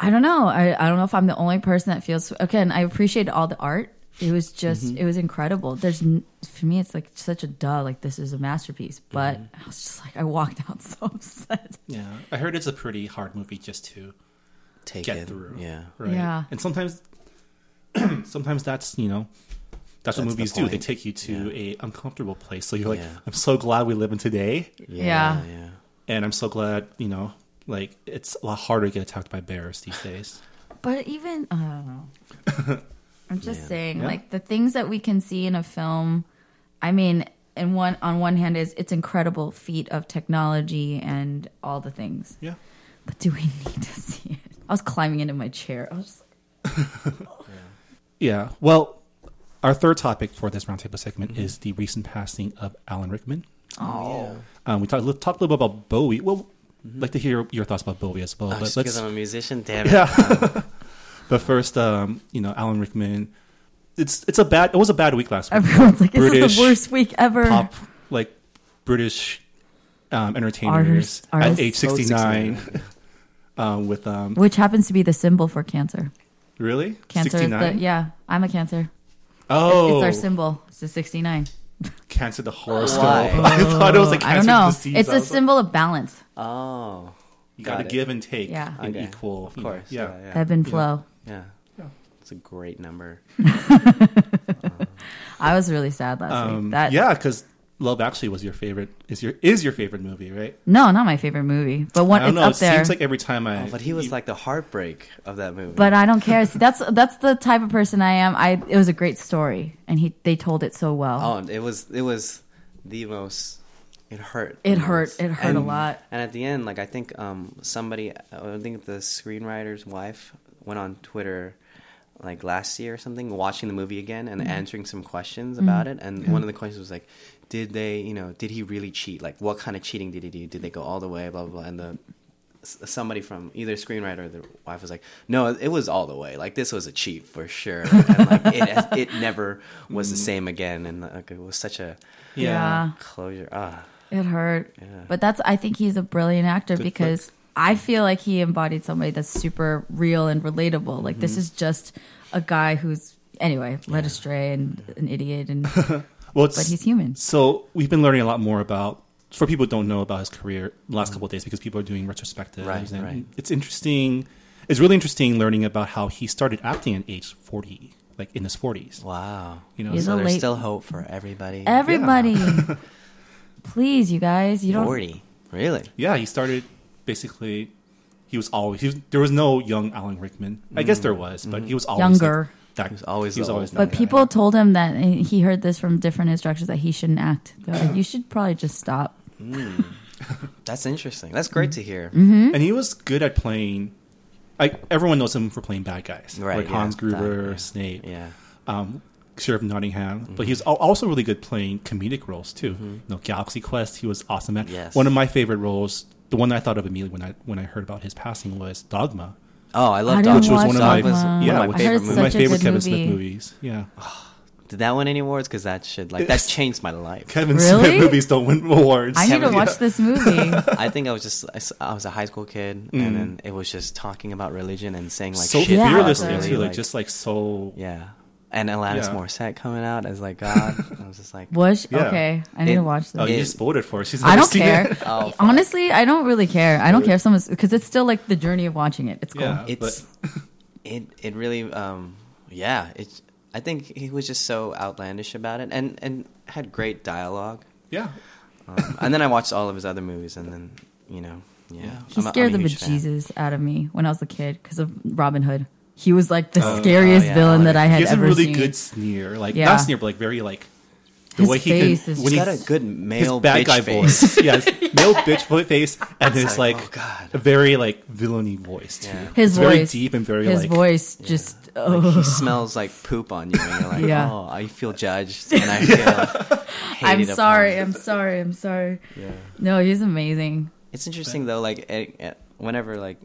[SPEAKER 2] I don't know. I, I don't know if I'm the only person that feels. Again, I appreciate all the art. It was just,
[SPEAKER 1] Mm-hmm.
[SPEAKER 2] it was incredible. There's, n- for me, it's like such a duh. Like this is a masterpiece. But I was just like, I walked out so upset.
[SPEAKER 1] Yeah, I heard it's a pretty hard movie just to
[SPEAKER 3] Take
[SPEAKER 1] get
[SPEAKER 3] it.
[SPEAKER 1] through.
[SPEAKER 3] Yeah.
[SPEAKER 1] right.
[SPEAKER 2] Yeah.
[SPEAKER 1] and sometimes, sometimes that's you know, that's, what
[SPEAKER 3] That's the
[SPEAKER 1] movies do. They
[SPEAKER 3] point.
[SPEAKER 1] take you to a uncomfortable place. So you're like,
[SPEAKER 3] Yeah.
[SPEAKER 1] I'm so glad we live in today,
[SPEAKER 2] Yeah.
[SPEAKER 3] Yeah. Yeah.
[SPEAKER 1] and I'm so glad you know, like it's a lot harder to get attacked by bears these days.
[SPEAKER 2] But But even oh, I don't know. I'm just
[SPEAKER 3] Man.
[SPEAKER 2] saying,
[SPEAKER 1] Yeah.
[SPEAKER 2] like the things that we can see in a film. I mean, and one on one hand is it's incredible feat of technology and all the things.
[SPEAKER 1] Yeah.
[SPEAKER 2] But do we need to see it? I was climbing into my chair. I was just
[SPEAKER 1] Yeah. Well, our third topic for this roundtable segment
[SPEAKER 3] Mm-hmm.
[SPEAKER 1] is the recent passing of Alan Rickman.
[SPEAKER 3] Oh,
[SPEAKER 1] Um, we talked, li- talked a little bit about Bowie. Well, I'd like to hear your thoughts about Bowie as well.
[SPEAKER 3] Mm-hmm. oh
[SPEAKER 1] but
[SPEAKER 3] just
[SPEAKER 1] let's,
[SPEAKER 3] because I'm a musician, damn it.
[SPEAKER 1] yeah. but first, um, you know, Alan Rickman. It's it's a bad. It was a bad week last week.
[SPEAKER 2] everyone's like, "This is
[SPEAKER 1] British
[SPEAKER 2] the worst week ever."
[SPEAKER 1] Pop like British um, entertainers
[SPEAKER 2] Artists-
[SPEAKER 1] at
[SPEAKER 2] artists.
[SPEAKER 3] Oh,
[SPEAKER 1] age sixty nine. Um, with um,
[SPEAKER 2] Which happens to be the symbol for cancer.
[SPEAKER 1] really
[SPEAKER 2] Cancer is the yeah. I'm a cancer.
[SPEAKER 1] Oh,
[SPEAKER 2] It's our symbol. It's the 69.
[SPEAKER 1] cancer the horoscope.
[SPEAKER 3] Why?
[SPEAKER 1] I thought it was like
[SPEAKER 2] I
[SPEAKER 1] cancer
[SPEAKER 2] don't know.
[SPEAKER 1] disease.
[SPEAKER 2] It's
[SPEAKER 1] I
[SPEAKER 2] a
[SPEAKER 1] was like,
[SPEAKER 2] symbol of balance,
[SPEAKER 3] Oh,
[SPEAKER 1] you got to
[SPEAKER 3] Got it.
[SPEAKER 1] give and take.
[SPEAKER 2] Yeah.
[SPEAKER 1] in
[SPEAKER 3] okay.
[SPEAKER 1] equal.
[SPEAKER 3] Of course.
[SPEAKER 1] Yeah.
[SPEAKER 3] Yeah. Yeah.
[SPEAKER 2] ebb and flow.
[SPEAKER 3] yeah.
[SPEAKER 1] Yeah.
[SPEAKER 3] It's a great number.
[SPEAKER 2] I was really sad last
[SPEAKER 1] Um,
[SPEAKER 2] week. That
[SPEAKER 1] yeah, because Love Actually was your favorite. Is your is your favorite movie, right?
[SPEAKER 2] no, not my favorite movie, but one
[SPEAKER 1] I don't
[SPEAKER 2] it's
[SPEAKER 1] know.
[SPEAKER 2] up
[SPEAKER 1] it
[SPEAKER 2] there.
[SPEAKER 1] seems like every time I.
[SPEAKER 3] Oh, But he was
[SPEAKER 1] you-
[SPEAKER 3] like the heartbreak of that movie.
[SPEAKER 2] but I don't care. See, that's that's the type of person I am. I it was a great story, and he they told it so well.
[SPEAKER 3] oh, and it was it was the most. It hurt.
[SPEAKER 2] It
[SPEAKER 3] the
[SPEAKER 2] hurt.
[SPEAKER 3] most.
[SPEAKER 2] It hurt a lot.
[SPEAKER 3] And at the end, like I think um, somebody, I think the screenwriter's wife went on Twitter like last year or something, watching the movie again and
[SPEAKER 1] Mm-hmm.
[SPEAKER 3] answering some questions about it. And one of the questions was like, "Did they, you know, did he really cheat? Like, what kind of cheating did he do? Did they go all the way? Blah blah." blah. And the s- somebody from either screenwriter or the wife was like, "No, it was all the way. Like, this was a cheat for sure. and, like, it, it never was the same again. And like, it was such a
[SPEAKER 1] Mm-hmm. yeah.
[SPEAKER 3] closure. Ah,
[SPEAKER 2] It hurt. But that's I think he's a brilliant actor because I feel like he embodied somebody that's super real and relatable. Like
[SPEAKER 1] Mm-hmm.
[SPEAKER 2] this is just a guy who's anyway led astray and an idiot and
[SPEAKER 1] Well, it's,
[SPEAKER 2] but he's human.
[SPEAKER 1] So we've been learning a lot more about. For people who don't know about his career, the last couple of days because people are doing retrospectives,
[SPEAKER 3] Right,
[SPEAKER 1] and
[SPEAKER 3] right.
[SPEAKER 1] it's interesting. It's really interesting learning about how he started acting at age forty, like in his forties.
[SPEAKER 3] wow.
[SPEAKER 1] You know,
[SPEAKER 2] He's
[SPEAKER 1] so
[SPEAKER 2] a
[SPEAKER 3] So there's
[SPEAKER 2] late-
[SPEAKER 3] still hope for everybody.
[SPEAKER 2] Everybody please you guys, you don't
[SPEAKER 3] Forty, really?
[SPEAKER 1] Yeah, he started basically. He was always. He was, there was no young Alan Rickman. I guess there was, but he was always like,
[SPEAKER 2] Younger.
[SPEAKER 1] that,
[SPEAKER 3] Mm-hmm. He was always
[SPEAKER 1] He was
[SPEAKER 3] the
[SPEAKER 1] always.
[SPEAKER 3] old
[SPEAKER 1] that
[SPEAKER 2] but
[SPEAKER 1] guy.
[SPEAKER 2] people told him that and he heard this from different instructors that he shouldn't act. They're like, you should probably just stop.
[SPEAKER 3] That's interesting. That's great to hear.
[SPEAKER 2] Mm-hmm.
[SPEAKER 1] and he was good at playing. Like everyone knows him for playing bad guys,
[SPEAKER 3] Right,
[SPEAKER 1] like
[SPEAKER 3] yeah,
[SPEAKER 1] Hans
[SPEAKER 3] that-
[SPEAKER 1] Gruber,
[SPEAKER 3] yeah.
[SPEAKER 1] Snape,
[SPEAKER 3] Yeah.
[SPEAKER 1] um, Sheriff of Nottingham.
[SPEAKER 2] Mm-hmm.
[SPEAKER 1] But he's al- also really good playing comedic roles too. You know, Galaxy Quest, he was awesome at.
[SPEAKER 3] Yes.
[SPEAKER 1] One of my favorite roles, the one I thought of immediately when I when I heard about his passing was Dogma,
[SPEAKER 3] Oh, I love
[SPEAKER 2] I
[SPEAKER 3] Dog.
[SPEAKER 2] didn't
[SPEAKER 1] which was
[SPEAKER 2] watch
[SPEAKER 1] one of
[SPEAKER 2] Dogma.
[SPEAKER 1] my yeah,
[SPEAKER 3] I
[SPEAKER 1] which-
[SPEAKER 3] heard it's
[SPEAKER 1] one of
[SPEAKER 3] such
[SPEAKER 1] my
[SPEAKER 3] a
[SPEAKER 1] favorite
[SPEAKER 2] good
[SPEAKER 1] Kevin
[SPEAKER 2] movie.
[SPEAKER 1] Smith movies. Yeah,
[SPEAKER 3] Did that win any awards? Because that should like that changed my life.
[SPEAKER 1] Kevin
[SPEAKER 2] Really?
[SPEAKER 1] Smith movies don't win awards.
[SPEAKER 2] I need to
[SPEAKER 3] Kevin-
[SPEAKER 2] watch this movie.
[SPEAKER 3] I think I was just I s- I was a high school kid, and then it was just talking about religion and saying like
[SPEAKER 1] Mm-hmm. so
[SPEAKER 3] shit
[SPEAKER 2] Yeah.
[SPEAKER 3] about
[SPEAKER 1] fearlessly
[SPEAKER 2] really,
[SPEAKER 1] too, like, just like so.
[SPEAKER 3] yeah. And Alanis
[SPEAKER 1] Yeah.
[SPEAKER 3] Morissette coming out as like God. I was just like,
[SPEAKER 2] Was
[SPEAKER 1] Yeah.
[SPEAKER 2] okay. I need
[SPEAKER 3] It-
[SPEAKER 2] to watch this.
[SPEAKER 1] Oh, you
[SPEAKER 3] It-
[SPEAKER 1] just voted for it. She's
[SPEAKER 2] I
[SPEAKER 1] never
[SPEAKER 2] don't
[SPEAKER 1] seen
[SPEAKER 2] care.
[SPEAKER 1] it.
[SPEAKER 3] Oh, fuck.
[SPEAKER 2] Honestly, I don't really care. I don't care if someone's because it's still like the journey of watching it. It's cool.
[SPEAKER 1] Yeah,
[SPEAKER 3] it's it it really um yeah it's I think he was just so outlandish about it and and had great dialogue.
[SPEAKER 1] yeah,
[SPEAKER 3] Um, and then I watched all of his other movies, and then you know, yeah,
[SPEAKER 2] He
[SPEAKER 3] I'm a-
[SPEAKER 2] scared
[SPEAKER 3] I'm a
[SPEAKER 2] the
[SPEAKER 3] huge fan.
[SPEAKER 2] bejesus out of me when I was a kid because of Robin Hood. He was like the
[SPEAKER 3] Oh,
[SPEAKER 2] scariest
[SPEAKER 3] oh, yeah,
[SPEAKER 2] villain
[SPEAKER 3] I
[SPEAKER 2] that
[SPEAKER 3] like-
[SPEAKER 2] I
[SPEAKER 1] he
[SPEAKER 2] had
[SPEAKER 1] has a
[SPEAKER 2] ever
[SPEAKER 1] really
[SPEAKER 2] seen.
[SPEAKER 1] good sneer, like
[SPEAKER 2] Yeah.
[SPEAKER 1] not sneer, but like very like the
[SPEAKER 2] His
[SPEAKER 1] way he
[SPEAKER 2] face
[SPEAKER 1] can
[SPEAKER 2] is
[SPEAKER 1] when
[SPEAKER 2] just-
[SPEAKER 1] he
[SPEAKER 3] He's got a good
[SPEAKER 1] his
[SPEAKER 3] male
[SPEAKER 1] bad
[SPEAKER 3] bitch
[SPEAKER 1] guy
[SPEAKER 3] face.
[SPEAKER 1] voice, yes, male bitch boy face, and his
[SPEAKER 3] like,
[SPEAKER 1] like,
[SPEAKER 3] oh, God.
[SPEAKER 1] very like villainy voice too.
[SPEAKER 3] Yeah.
[SPEAKER 1] It's
[SPEAKER 2] His voice,
[SPEAKER 1] very deep and very
[SPEAKER 2] his
[SPEAKER 1] like
[SPEAKER 2] voice just oh,
[SPEAKER 3] He smells like poop on you, and you're like,
[SPEAKER 2] Yeah.
[SPEAKER 3] oh, I feel judged, and I feel.
[SPEAKER 2] I'm
[SPEAKER 3] hated
[SPEAKER 2] sorry,
[SPEAKER 3] upon.
[SPEAKER 2] I'm sorry, I'm sorry.
[SPEAKER 3] Yeah.
[SPEAKER 2] No, he's amazing.
[SPEAKER 3] It's interesting though, like it, it- whenever like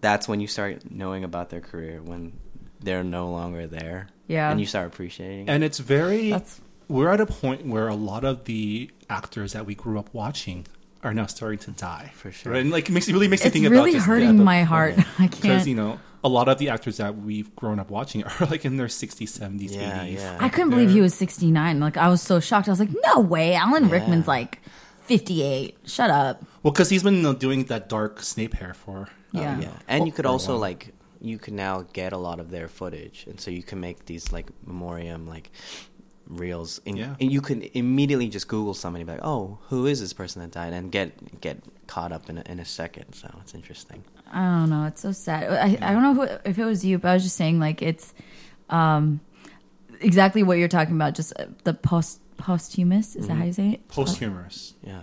[SPEAKER 3] that's when you start knowing about their career when they're no longer there.
[SPEAKER 2] Yeah.
[SPEAKER 3] and you start appreciating. it.
[SPEAKER 1] and it's very.
[SPEAKER 2] That's-
[SPEAKER 1] We're at a point where a lot of the actors that we grew up watching are now starting to die
[SPEAKER 3] For sure.
[SPEAKER 1] Right? and like it makes it really makes you
[SPEAKER 2] It's
[SPEAKER 1] think about
[SPEAKER 2] really
[SPEAKER 1] just
[SPEAKER 2] hurting my heart. I can't.
[SPEAKER 1] because you know a lot of the actors that we've grown up watching are like in their 60s 70s
[SPEAKER 3] Yeah,
[SPEAKER 1] 80s
[SPEAKER 3] yeah.
[SPEAKER 2] I couldn't believe
[SPEAKER 1] They're-
[SPEAKER 2] he was 69. Like I was so shocked. I was like, no way. Alan Rickman's like 58. Shut up.
[SPEAKER 1] Well, because he's been you know, doing that dark Snape hair for. uh,
[SPEAKER 2] Yeah.
[SPEAKER 3] yeah, and you could also like you can now get a lot of their footage, and so you can make these like memoriam like reels, and,
[SPEAKER 1] Yeah.
[SPEAKER 3] and you can immediately just Google somebody, and be like, "Oh, who is this person that died?" and get get caught up in a, in a second. So it's interesting.
[SPEAKER 2] I don't know. It's so sad. I, I don't know who, if it was you, but I was just saying like it's um, exactly what you're talking about. Just uh, the post posthumous. Is that
[SPEAKER 3] Mm-hmm.
[SPEAKER 2] how you say it?
[SPEAKER 1] Posthumous.
[SPEAKER 3] Yeah,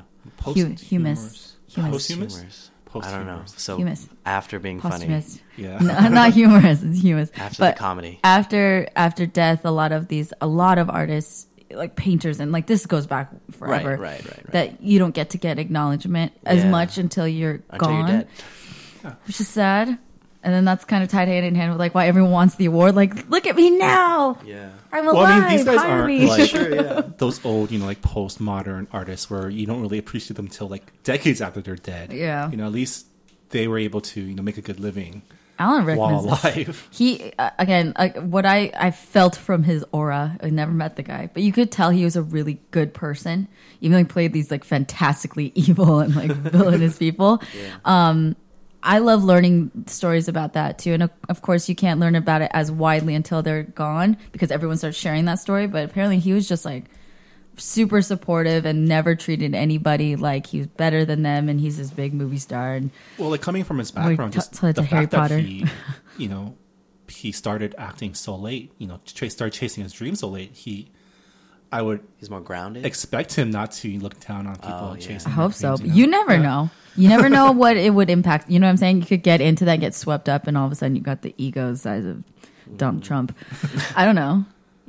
[SPEAKER 2] Humus. Humus.
[SPEAKER 1] Posthumous.
[SPEAKER 3] humorous. I don't know.
[SPEAKER 1] Posthumous.
[SPEAKER 3] So
[SPEAKER 2] Humorous.
[SPEAKER 3] after being funny,
[SPEAKER 2] Posthumous.
[SPEAKER 1] Yeah.
[SPEAKER 2] No, not humorous. It's humorous.
[SPEAKER 3] after
[SPEAKER 2] but
[SPEAKER 3] the comedy,
[SPEAKER 2] after after death, a lot of these, a lot of artists, like painters, and like this goes back
[SPEAKER 3] right,
[SPEAKER 2] forever.
[SPEAKER 3] right, right, right.
[SPEAKER 2] That you don't get to get acknowledgement as
[SPEAKER 3] Yeah.
[SPEAKER 2] much until you're
[SPEAKER 3] Until
[SPEAKER 2] gone.
[SPEAKER 3] you're dead.
[SPEAKER 2] which is sad. And then that's kind of tied hand in hand with like why everyone wants the award. Like, look at me now,
[SPEAKER 3] Yeah.
[SPEAKER 2] I'm alive.
[SPEAKER 1] Well, I mean, these guys
[SPEAKER 2] Hire
[SPEAKER 1] aren't,
[SPEAKER 2] me.
[SPEAKER 1] like-
[SPEAKER 3] Sure. Yeah.
[SPEAKER 1] Those old, you know, like postmodern artists where you don't really appreciate them till like decades after they're dead.
[SPEAKER 2] Yeah.
[SPEAKER 1] You know, at least they were able to, you know, make a good living
[SPEAKER 2] Alan
[SPEAKER 1] while
[SPEAKER 2] Rickman's
[SPEAKER 1] alive.
[SPEAKER 2] he uh, again. Uh, what I I felt from his aura. I never met the guy, but you could tell he was a really good person. Even though he played these like fantastically evil and like villainous people. Um, I love learning stories about that too. And of- of course, you can't learn about it as widely until they're gone because everyone starts sharing that story. But apparently, he was just like super supportive and never treated anybody like he was better than them and he's this big movie star. And
[SPEAKER 1] Well, like coming from his
[SPEAKER 2] we
[SPEAKER 1] background,
[SPEAKER 2] t-
[SPEAKER 1] just
[SPEAKER 2] tell it
[SPEAKER 1] the
[SPEAKER 2] to
[SPEAKER 1] fact
[SPEAKER 2] Harry
[SPEAKER 1] that
[SPEAKER 2] Potter.
[SPEAKER 1] he, you know, he started acting so late. You know, tra- started chasing his dreams so late. He, I would
[SPEAKER 3] He's more grounded.
[SPEAKER 1] expect him not to look down on people
[SPEAKER 3] Oh, yeah.
[SPEAKER 1] chasing.
[SPEAKER 2] I
[SPEAKER 1] their
[SPEAKER 2] hope so.
[SPEAKER 1] dreams,
[SPEAKER 2] But you never know. You never know what it would impact. You know what I'm saying? You could get into that, get swept up, and all of a sudden you got the ego the size of Donald Trump. I don't know.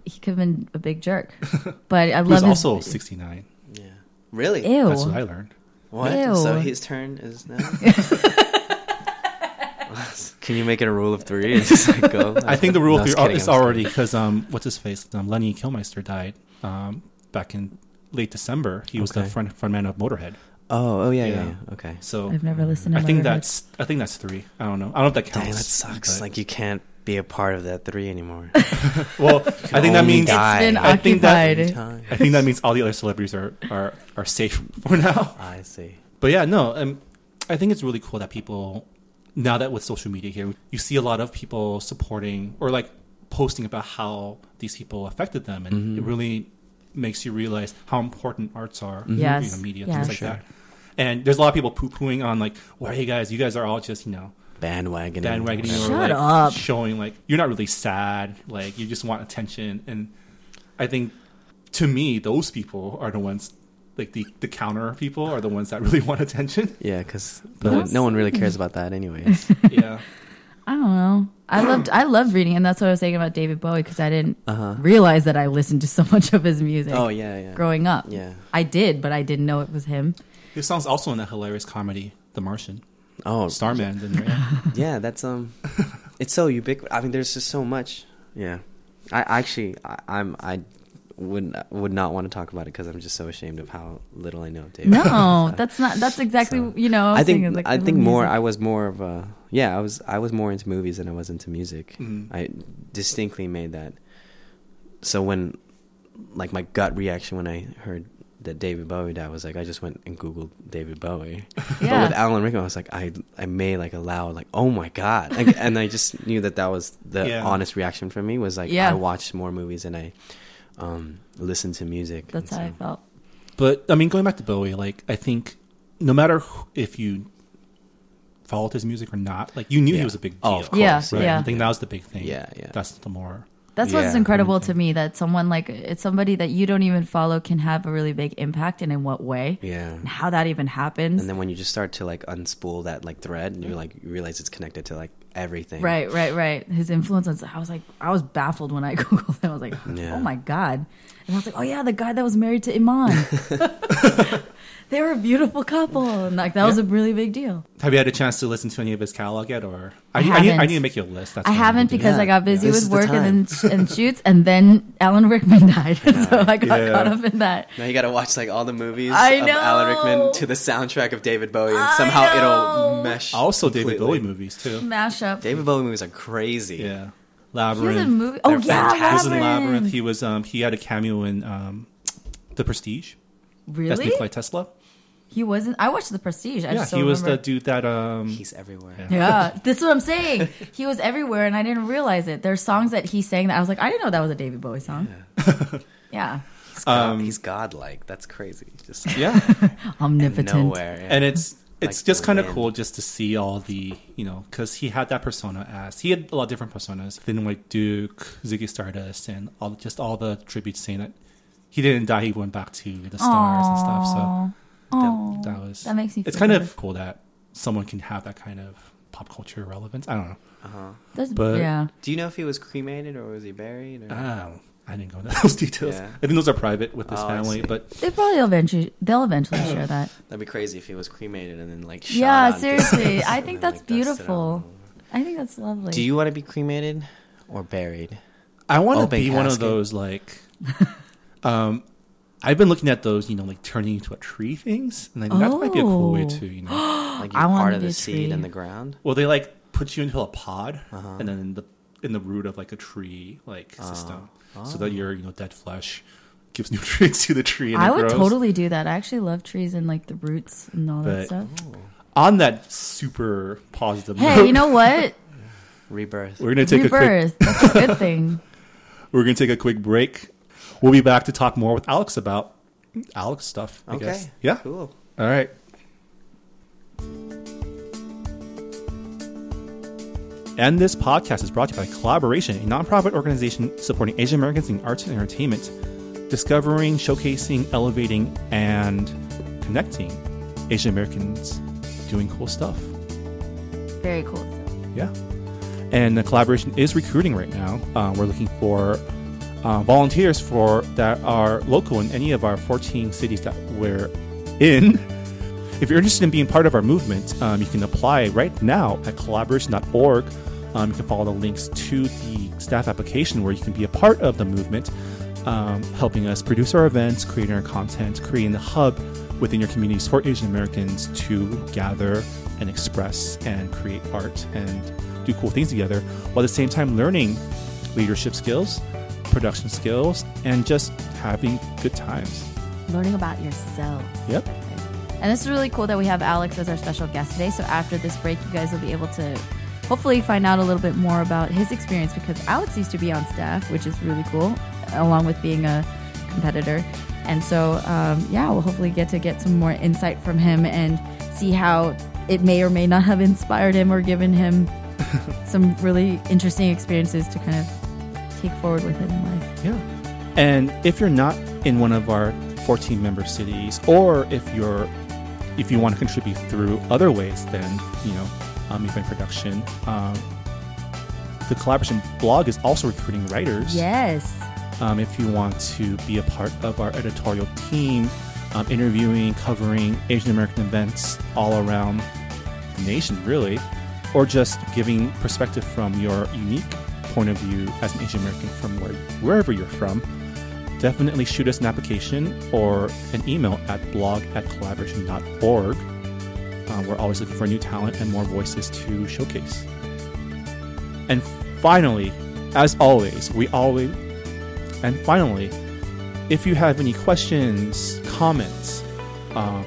[SPEAKER 2] He could have been a big jerk. But I
[SPEAKER 1] He was
[SPEAKER 2] love his.
[SPEAKER 1] also 69.
[SPEAKER 3] Yeah. Really?
[SPEAKER 2] Ew.
[SPEAKER 1] That's what I learned.
[SPEAKER 3] What?
[SPEAKER 2] Ew.
[SPEAKER 3] So his turn is now. Can you make it a rule of three and just like go?
[SPEAKER 1] I think the rule
[SPEAKER 3] No, I
[SPEAKER 1] of
[SPEAKER 3] was
[SPEAKER 1] three
[SPEAKER 3] kidding,
[SPEAKER 1] is
[SPEAKER 3] I was
[SPEAKER 1] already because um, what's his face? Um, Lenny Kilmeister died um, back in late December. He was the
[SPEAKER 3] Okay.
[SPEAKER 1] front frontman of Motorhead.
[SPEAKER 3] kidding. Oh, oh yeah, yeah,
[SPEAKER 1] Yeah.
[SPEAKER 3] yeah. Okay.
[SPEAKER 1] So
[SPEAKER 2] I've never listened to
[SPEAKER 1] I think
[SPEAKER 2] Motorhead.
[SPEAKER 1] that's I think that's three. I don't know. I don't know if that counts.
[SPEAKER 3] Dang, that sucks.
[SPEAKER 1] but-
[SPEAKER 3] Like you can't be a part of that three anymore.
[SPEAKER 1] well, I think that
[SPEAKER 3] only
[SPEAKER 1] means
[SPEAKER 3] die.
[SPEAKER 2] It's been
[SPEAKER 1] I think that-
[SPEAKER 2] occupied.
[SPEAKER 3] Time.
[SPEAKER 1] I think that means all the other celebrities are are, are safe for now.
[SPEAKER 3] I see.
[SPEAKER 1] But yeah, no, um, I think it's really cool that people now that with social media here, you see a lot of people supporting or like posting about how these people affected them, and it really makes you realize how important arts are. you
[SPEAKER 2] Yes,
[SPEAKER 1] know, media
[SPEAKER 2] yes.
[SPEAKER 1] things like
[SPEAKER 3] Sure.
[SPEAKER 1] that. And there's a lot of people poo pooing on like, "Why you guys? You guys are all just you know."
[SPEAKER 3] Bandwagoning.
[SPEAKER 1] bandwagoning
[SPEAKER 3] whatever.
[SPEAKER 1] or like
[SPEAKER 2] Shut up.
[SPEAKER 1] showing like you're not really sad like you just want attention and i think to me those people are the ones like the, the counter people are the ones that really want attention
[SPEAKER 3] Yeah, because
[SPEAKER 1] But-
[SPEAKER 3] no, one- no one really cares about that, anyways.
[SPEAKER 1] yeah
[SPEAKER 2] I don't know. I loved I loved reading, and that's what I was saying about David Bowie because I didn't
[SPEAKER 3] Uh-huh.
[SPEAKER 2] realize that I listened to so much of his music
[SPEAKER 3] oh yeah, yeah.
[SPEAKER 2] growing up.
[SPEAKER 3] Yeah.
[SPEAKER 2] I did, but I didn't know it was him.
[SPEAKER 1] his song's also in that hilarious comedy the martian
[SPEAKER 3] Oh,
[SPEAKER 1] starman's in there yeah.
[SPEAKER 3] yeah. That's um, it's so ubiquitous. I mean, there's just so much. Yeah, I I actually I, I'm I would would not want to talk about it because I'm just so ashamed of how little I know of David.
[SPEAKER 2] No, that's not. That's exactly
[SPEAKER 3] So,
[SPEAKER 2] you know.
[SPEAKER 3] I think
[SPEAKER 2] saying, like, oh,
[SPEAKER 3] I
[SPEAKER 2] the
[SPEAKER 3] think
[SPEAKER 2] music.
[SPEAKER 3] more. I was more of a yeah. I was I was more into movies than I was into music. I distinctly made that. So when, like my gut reaction when I heard that David Bowie died was like I just went and googled David Bowie. But with Alan Rickman, I was like I I made like a loud like oh my god, like, and I just knew that that was the
[SPEAKER 1] Yeah.
[SPEAKER 3] honest reaction from me was like
[SPEAKER 2] Yeah.
[SPEAKER 3] I watched more movies and I um listened to music.
[SPEAKER 2] That's
[SPEAKER 3] And
[SPEAKER 2] how I
[SPEAKER 3] so-
[SPEAKER 2] felt.
[SPEAKER 1] but i mean going back to bowie like i think no matter who, if you followed his music or not like you knew he
[SPEAKER 3] Yeah.
[SPEAKER 1] was a big deal
[SPEAKER 3] Oh, of
[SPEAKER 2] Yeah,
[SPEAKER 3] course,
[SPEAKER 1] right?
[SPEAKER 2] yeah.
[SPEAKER 1] i think that was the big thing
[SPEAKER 3] Yeah, yeah.
[SPEAKER 1] that's the more
[SPEAKER 2] That's what's
[SPEAKER 3] Yeah.
[SPEAKER 2] incredible to me that someone like it's somebody that you don't even follow can have a really big impact, and in what way,
[SPEAKER 3] yeah.
[SPEAKER 2] and how that even happens.
[SPEAKER 3] and then when you just start to like unspool that like thread and you like you realize it's connected to like everything
[SPEAKER 2] Right, right, right. His influence. on- I was like, I was baffled when I googled. That. I was like,
[SPEAKER 3] Yeah.
[SPEAKER 2] oh my god. And I was like, oh yeah, the guy that was married to Iman. they were a beautiful couple, and like that was a really big deal.
[SPEAKER 1] Have you had a chance to listen to any of his catalog yet, or I,
[SPEAKER 2] I
[SPEAKER 1] I, need, I
[SPEAKER 2] haven't.
[SPEAKER 1] need to make you a list. That's
[SPEAKER 2] I
[SPEAKER 1] what I'm
[SPEAKER 2] haven't
[SPEAKER 1] gonna
[SPEAKER 2] because
[SPEAKER 3] Yeah.
[SPEAKER 2] I got busy
[SPEAKER 3] This
[SPEAKER 2] with
[SPEAKER 3] is the
[SPEAKER 2] work and then and shoots, and then Alan Rickman died, so I got
[SPEAKER 1] Yeah.
[SPEAKER 2] caught up in that.
[SPEAKER 3] now you gotta watch like all the movies
[SPEAKER 2] I
[SPEAKER 3] of alan
[SPEAKER 2] know.
[SPEAKER 3] rickman to the soundtrack of david bowie and
[SPEAKER 2] I
[SPEAKER 3] somehow
[SPEAKER 2] know.
[SPEAKER 3] it'll mesh
[SPEAKER 1] do. also David
[SPEAKER 3] completely.
[SPEAKER 1] Bowie movies too.
[SPEAKER 2] Mashup.
[SPEAKER 3] david bowie movies are crazy
[SPEAKER 1] Yeah,
[SPEAKER 2] He was
[SPEAKER 1] Labyrinth.
[SPEAKER 2] in movie. Oh
[SPEAKER 3] They're
[SPEAKER 2] yeah,
[SPEAKER 1] He was in
[SPEAKER 2] Labyrinth.
[SPEAKER 1] Labyrinth. He was um he had a cameo in um, The Prestige. That's
[SPEAKER 2] Really?
[SPEAKER 1] Nikolai Tesla.
[SPEAKER 2] He wasn't. I watched The Prestige. I
[SPEAKER 1] Yeah,
[SPEAKER 2] just
[SPEAKER 1] he
[SPEAKER 2] don't
[SPEAKER 1] was the
[SPEAKER 2] remember.
[SPEAKER 1] dude that um
[SPEAKER 3] he's everywhere
[SPEAKER 2] Yeah, this is what I'm saying. He was everywhere, and I didn't realize it. There's songs that he sang that I was like, I didn't know that was a David Bowie song. Yeah.
[SPEAKER 3] He's, god,
[SPEAKER 1] Um,
[SPEAKER 3] he's godlike. That's crazy. Just
[SPEAKER 1] yeah.
[SPEAKER 2] Omnipotent.
[SPEAKER 3] nowhere. yeah.
[SPEAKER 1] and it's it's
[SPEAKER 3] Like
[SPEAKER 1] just
[SPEAKER 3] the
[SPEAKER 1] kind of
[SPEAKER 3] wind.
[SPEAKER 1] cool just to see all the you know because he had that persona as he had a lot of different personas then like duke ziggy stardust and all just all the tributes saying that he didn't die he went back to the stars and stuff so
[SPEAKER 2] Aw.
[SPEAKER 1] that was
[SPEAKER 2] That makes me
[SPEAKER 1] it's
[SPEAKER 2] feel
[SPEAKER 1] kind
[SPEAKER 2] better.
[SPEAKER 1] of cool that someone can have that kind of pop culture relevance i don't know
[SPEAKER 2] That's,
[SPEAKER 1] but-
[SPEAKER 2] yeah.
[SPEAKER 3] Do you know if he was cremated or was he buried? Or...
[SPEAKER 1] um, i didn't go into those details
[SPEAKER 3] Oh. Yeah.
[SPEAKER 1] i think those are private with his
[SPEAKER 3] Oh, I
[SPEAKER 1] family
[SPEAKER 3] see.
[SPEAKER 1] but
[SPEAKER 2] They probably eventually they'll eventually share that.
[SPEAKER 3] That'd be crazy if he was cremated and then like. Shot
[SPEAKER 2] yeah,
[SPEAKER 3] onto
[SPEAKER 2] seriously.
[SPEAKER 3] space
[SPEAKER 2] I
[SPEAKER 3] and
[SPEAKER 2] think
[SPEAKER 3] then,
[SPEAKER 2] that's
[SPEAKER 3] like, dusted
[SPEAKER 2] beautiful.
[SPEAKER 3] on.
[SPEAKER 2] I think that's lovely.
[SPEAKER 3] Do you want to be cremated or buried?
[SPEAKER 1] I want to
[SPEAKER 3] Open
[SPEAKER 1] be one of
[SPEAKER 3] casket.
[SPEAKER 1] those like. um, I've been looking at those, you know, like turning into a tree things, and I think that might be a cool way
[SPEAKER 2] Oh.
[SPEAKER 1] to, you know.
[SPEAKER 3] Like
[SPEAKER 2] I
[SPEAKER 3] you're
[SPEAKER 2] wanna
[SPEAKER 3] part of
[SPEAKER 2] be
[SPEAKER 3] the
[SPEAKER 2] a
[SPEAKER 3] seed
[SPEAKER 2] tree.
[SPEAKER 3] in the ground.
[SPEAKER 1] well, they like put you into a pod,
[SPEAKER 3] Uh-huh.
[SPEAKER 1] and then in the in the root of like a tree like
[SPEAKER 3] Ah.
[SPEAKER 1] system, so that your you know dead flesh gives nutrients to the tree. And
[SPEAKER 2] I
[SPEAKER 1] it
[SPEAKER 2] would
[SPEAKER 1] grows.
[SPEAKER 2] totally do that. I actually love trees and like the roots and all that
[SPEAKER 1] But-
[SPEAKER 2] stuff.
[SPEAKER 1] On that super positive.
[SPEAKER 2] Hey,
[SPEAKER 1] note,
[SPEAKER 2] you know what?
[SPEAKER 3] Rebirth.
[SPEAKER 1] we're gonna take a quick
[SPEAKER 2] Rebirth. That's a good thing.
[SPEAKER 1] we're gonna take a quick break. We'll be back to talk more with Alex about Alex stuff. I
[SPEAKER 3] okay.
[SPEAKER 1] guess. Yeah.
[SPEAKER 3] Cool.
[SPEAKER 1] All right. And this podcast is brought to you by Collaboration, a nonprofit organization supporting Asian Americans in arts and entertainment, discovering, showcasing, elevating, and connecting Asian Americans doing cool stuff.
[SPEAKER 2] Very cool.
[SPEAKER 1] Yeah. And the collaboration is recruiting right now. Uh, we're looking for uh, volunteers for that are local in any of our 14 cities that we're in. If you're interested in being part of our movement, um, you can apply right now at collaboration.org. Um, you can follow the links to the staff application where you can be a part of the movement, um, helping us produce our events, creating our content, creating the hub within your communities for Asian Americans to gather and express and create art and do cool things together, while at the same time learning leadership skills, production skills, and just having good times.
[SPEAKER 2] Learning about yourselves.
[SPEAKER 1] Yep.
[SPEAKER 2] And this is really cool that we have Alex as our special guest today. So after this break, you guys will be able to hopefully find out a little bit more about his experience because Alex used to be on staff, which is really cool, along with being a competitor. And so, um, yeah, we'll hopefully get to get some more insight from him and see how it may or may not have inspired him or given him some really interesting experiences to kind of take forward with him in life.
[SPEAKER 1] Yeah. And if you're not in one of our 14 member cities, or if you're if you want to contribute through other ways than you know um, event production, um, the collaboration blog is also recruiting writers.
[SPEAKER 2] Yes.
[SPEAKER 1] Um, if you want to be a part of our editorial team, um, interviewing, covering Asian American events all around the nation, really, or just giving perspective from your unique point of view as an Asian American from where, wherever you're from, definitely shoot us an application or an email at blog at collaboration.org. Um, we're always looking for new talent and more voices to showcase. And finally, as always, we always and finally, if you have any questions, comments, uh,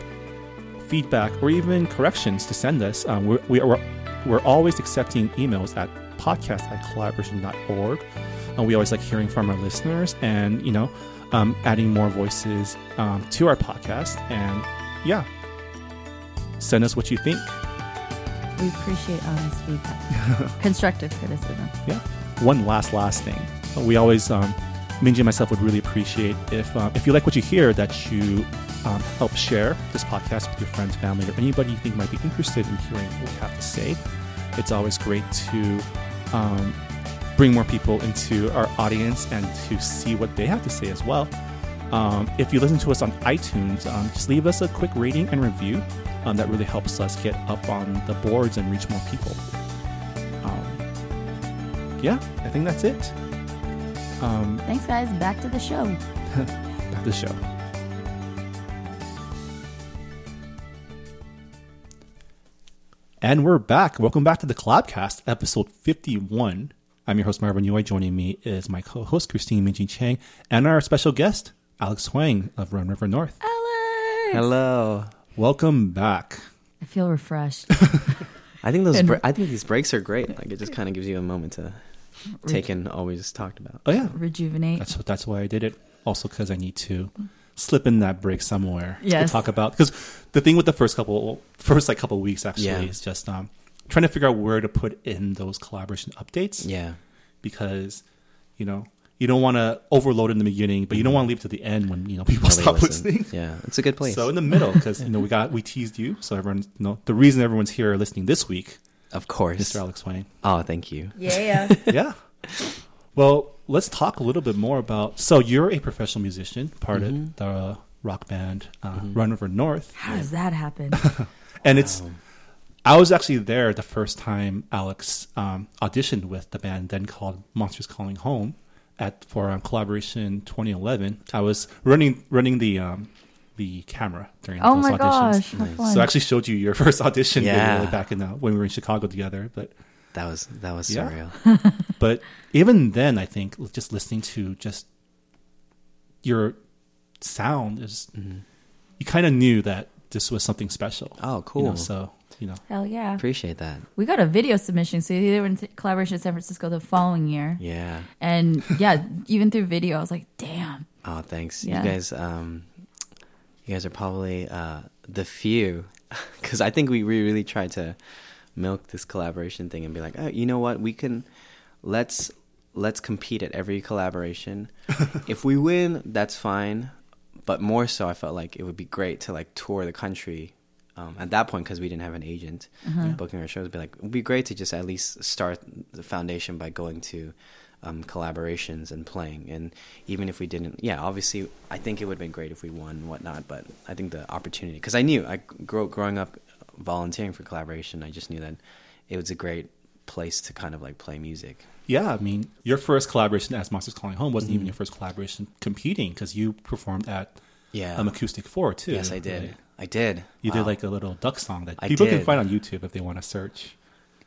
[SPEAKER 1] feedback, or even corrections to send us, um, we're, we are, we're always accepting emails at podcast at collaboration.org. And Uh, we always like hearing from our listeners and, you know, um, adding more voices um, to our podcast. And yeah, send us what you think.
[SPEAKER 2] We appreciate honest feedback, constructive criticism.
[SPEAKER 1] Yeah. One last last thing. We always, um, Minji and myself would really appreciate if um, if you like what you hear, that you um, help share this podcast with your friends, family, or anybody you think might be interested in hearing what we have to say. It's always great to um, bring more people into our audience and to see what they have to say as well. Um, if you listen to us on iTunes, um, just leave us a quick rating and review. Um, that really helps us get up on the boards and reach more people. Um, yeah, I think that's it. Um,
[SPEAKER 2] Thanks, guys. Back to the show.
[SPEAKER 1] back to the show. And we're back. Welcome back to the Collabcast, episode 51. I'm your host, Marvin Yui. Joining me is my co host, Christine Minji Chang, and our special guest, Alex Huang of Run River North.
[SPEAKER 2] Alex!
[SPEAKER 3] Hello.
[SPEAKER 1] Welcome back.
[SPEAKER 2] I feel refreshed.
[SPEAKER 3] I think those.
[SPEAKER 2] And-
[SPEAKER 3] Br- I think these breaks are great. Like it just kind of gives you a moment to take in all we just talked about.
[SPEAKER 1] Oh, yeah.
[SPEAKER 2] Rejuvenate.
[SPEAKER 1] That's, that's why I did it. also because I need to slip in that break somewhere
[SPEAKER 2] Yes.
[SPEAKER 1] to talk about. Because the thing with the first couple, first like couple weeks actually
[SPEAKER 3] Yeah.
[SPEAKER 1] is just um, trying to figure out where to put in those collaboration updates
[SPEAKER 3] Yeah.
[SPEAKER 1] because you know you don't want to overload in the beginning, but you
[SPEAKER 3] Mm-hmm.
[SPEAKER 1] don't want to leave it to the end when you know people
[SPEAKER 3] Nobody
[SPEAKER 1] stop
[SPEAKER 3] listens.
[SPEAKER 1] listening.
[SPEAKER 3] Yeah, it's a good place.
[SPEAKER 1] So in the middle, because you know we got we teased you, so everyone you know the reason everyone's here listening this week,
[SPEAKER 3] of course.
[SPEAKER 1] Mr. Alex Wayne.
[SPEAKER 3] Oh, thank you.
[SPEAKER 2] Yeah.
[SPEAKER 1] yeah. Well, let's talk a little bit more about. So you're a professional musician, part of the rock band uh, Run River North,
[SPEAKER 2] How does that happen?
[SPEAKER 1] and it's. I was actually there the first time Alex um, auditioned with the band then called Monsters Calling Home at for um, collaboration 2011. I was running running the um, the camera during
[SPEAKER 2] Oh
[SPEAKER 1] those
[SPEAKER 2] my
[SPEAKER 1] auditions. Mm-hmm.
[SPEAKER 2] gosh. How fun.
[SPEAKER 1] So I actually showed you your first audition
[SPEAKER 3] Yeah.
[SPEAKER 1] video back in uh, when we were in Chicago together. But
[SPEAKER 3] That was that was
[SPEAKER 1] Yeah.
[SPEAKER 3] surreal.
[SPEAKER 1] but even then, I think just listening to just your sound is you kind of knew that this was something special.
[SPEAKER 3] Mm-hmm. Oh,
[SPEAKER 1] You know,
[SPEAKER 3] cool.
[SPEAKER 1] so you know,
[SPEAKER 2] Hell yeah.
[SPEAKER 3] Appreciate that.
[SPEAKER 2] We got a video submission. So they were in t- collaboration in San Francisco the following year.
[SPEAKER 3] Yeah.
[SPEAKER 2] And yeah, even through video, I was like, damn.
[SPEAKER 3] Oh, thanks.
[SPEAKER 2] Yeah.
[SPEAKER 3] You guys, um, you guys are probably uh, the few, because I think we re- really tried to milk this collaboration thing and be like, oh, you know what, we can let's let's compete at every collaboration. if we win, that's fine. But more so, I felt like it would be great to like tour the country. Um, at that point, because we didn't have an agent booking our shows, it'd be like it'd be great to just at least start the foundation by going to um, collaborations and playing. And even if we didn't, yeah, obviously, I think it would have been great if we won and whatnot. But I think the opportunity, because I knew I grow, growing up volunteering for collaboration, I just knew that it was a great place to kind of like play music.
[SPEAKER 1] yeah. I mean, your first collaboration as Monsters Calling Home
[SPEAKER 3] Mm-hmm.
[SPEAKER 1] wasn't even your first collaboration competing because you performed at
[SPEAKER 3] Yeah.
[SPEAKER 1] um, Acoustic Four too.
[SPEAKER 3] yes, I did.
[SPEAKER 1] Like,
[SPEAKER 3] I did.
[SPEAKER 1] you
[SPEAKER 3] Wow.
[SPEAKER 1] did like a little duck song that
[SPEAKER 3] I
[SPEAKER 1] people can
[SPEAKER 3] did.
[SPEAKER 1] find on YouTube if they want to search.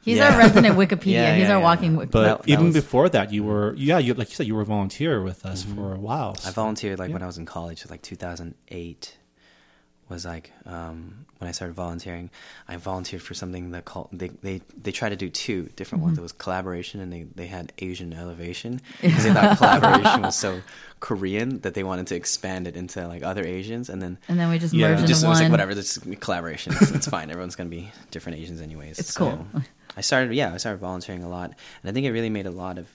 [SPEAKER 2] He's
[SPEAKER 3] Yeah.
[SPEAKER 2] our resident Wikipedia.
[SPEAKER 3] Yeah,
[SPEAKER 2] He's
[SPEAKER 3] yeah,
[SPEAKER 2] our
[SPEAKER 3] yeah.
[SPEAKER 2] walking Wikipedia.
[SPEAKER 1] But
[SPEAKER 3] That- that
[SPEAKER 1] even
[SPEAKER 3] was- Mm-hmm.
[SPEAKER 1] before that, you were yeah, you like you said you were a volunteer with us for a while.
[SPEAKER 3] I volunteered like when I was in college, so, like 2008 was like um, when I started volunteering. I volunteered for something that called they they they tried to do two different ones. It was collaboration, and they they had Asian elevation because they thought collaboration was so Korean that they wanted to expand it into like other Asians, and then.
[SPEAKER 2] and then we just
[SPEAKER 1] Yeah.
[SPEAKER 2] merged
[SPEAKER 1] And
[SPEAKER 2] into
[SPEAKER 3] just it
[SPEAKER 2] one.
[SPEAKER 3] was like whatever, this is collaboration. It's, it's fine. Everyone's gonna be different Asians anyways.
[SPEAKER 2] It's
[SPEAKER 3] So,
[SPEAKER 2] cool.
[SPEAKER 3] I started, yeah, I started volunteering a lot, and I think it really made a lot of.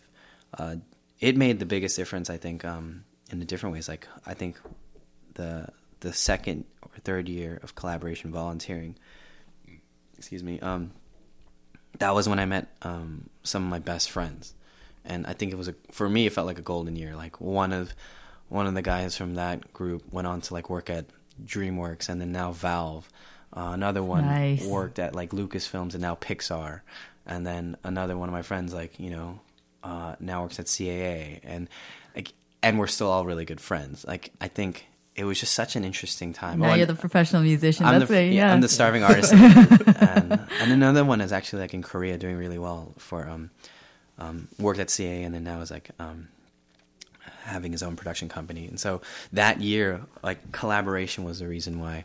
[SPEAKER 3] Uh, it made the biggest difference, I think, um, in the different ways. Like I think the the second or third year of collaboration volunteering, excuse me, um, that was when I met um, some of my best friends, and I think it was a, for me. It felt like a golden year. Like one of one of the guys from that group went on to like work at DreamWorks, and then now Valve. Uh, another one
[SPEAKER 2] Nice.
[SPEAKER 3] worked at like Lucasfilms and now Pixar, and then another one of my friends like you know uh, now works at CAA, and like and we're still all really good friends. Like I think it was just such an interesting time.
[SPEAKER 2] now
[SPEAKER 3] Oh, and-
[SPEAKER 2] you're the professional musician.
[SPEAKER 3] I'm
[SPEAKER 2] That's
[SPEAKER 3] the,
[SPEAKER 2] it.
[SPEAKER 3] yeah,
[SPEAKER 2] Yeah.
[SPEAKER 3] I'm the starving artist. and, and another one is actually like in Korea doing really well for um, um, worked at CA and then now is like um, having his own production company. And so that year, like collaboration was the reason why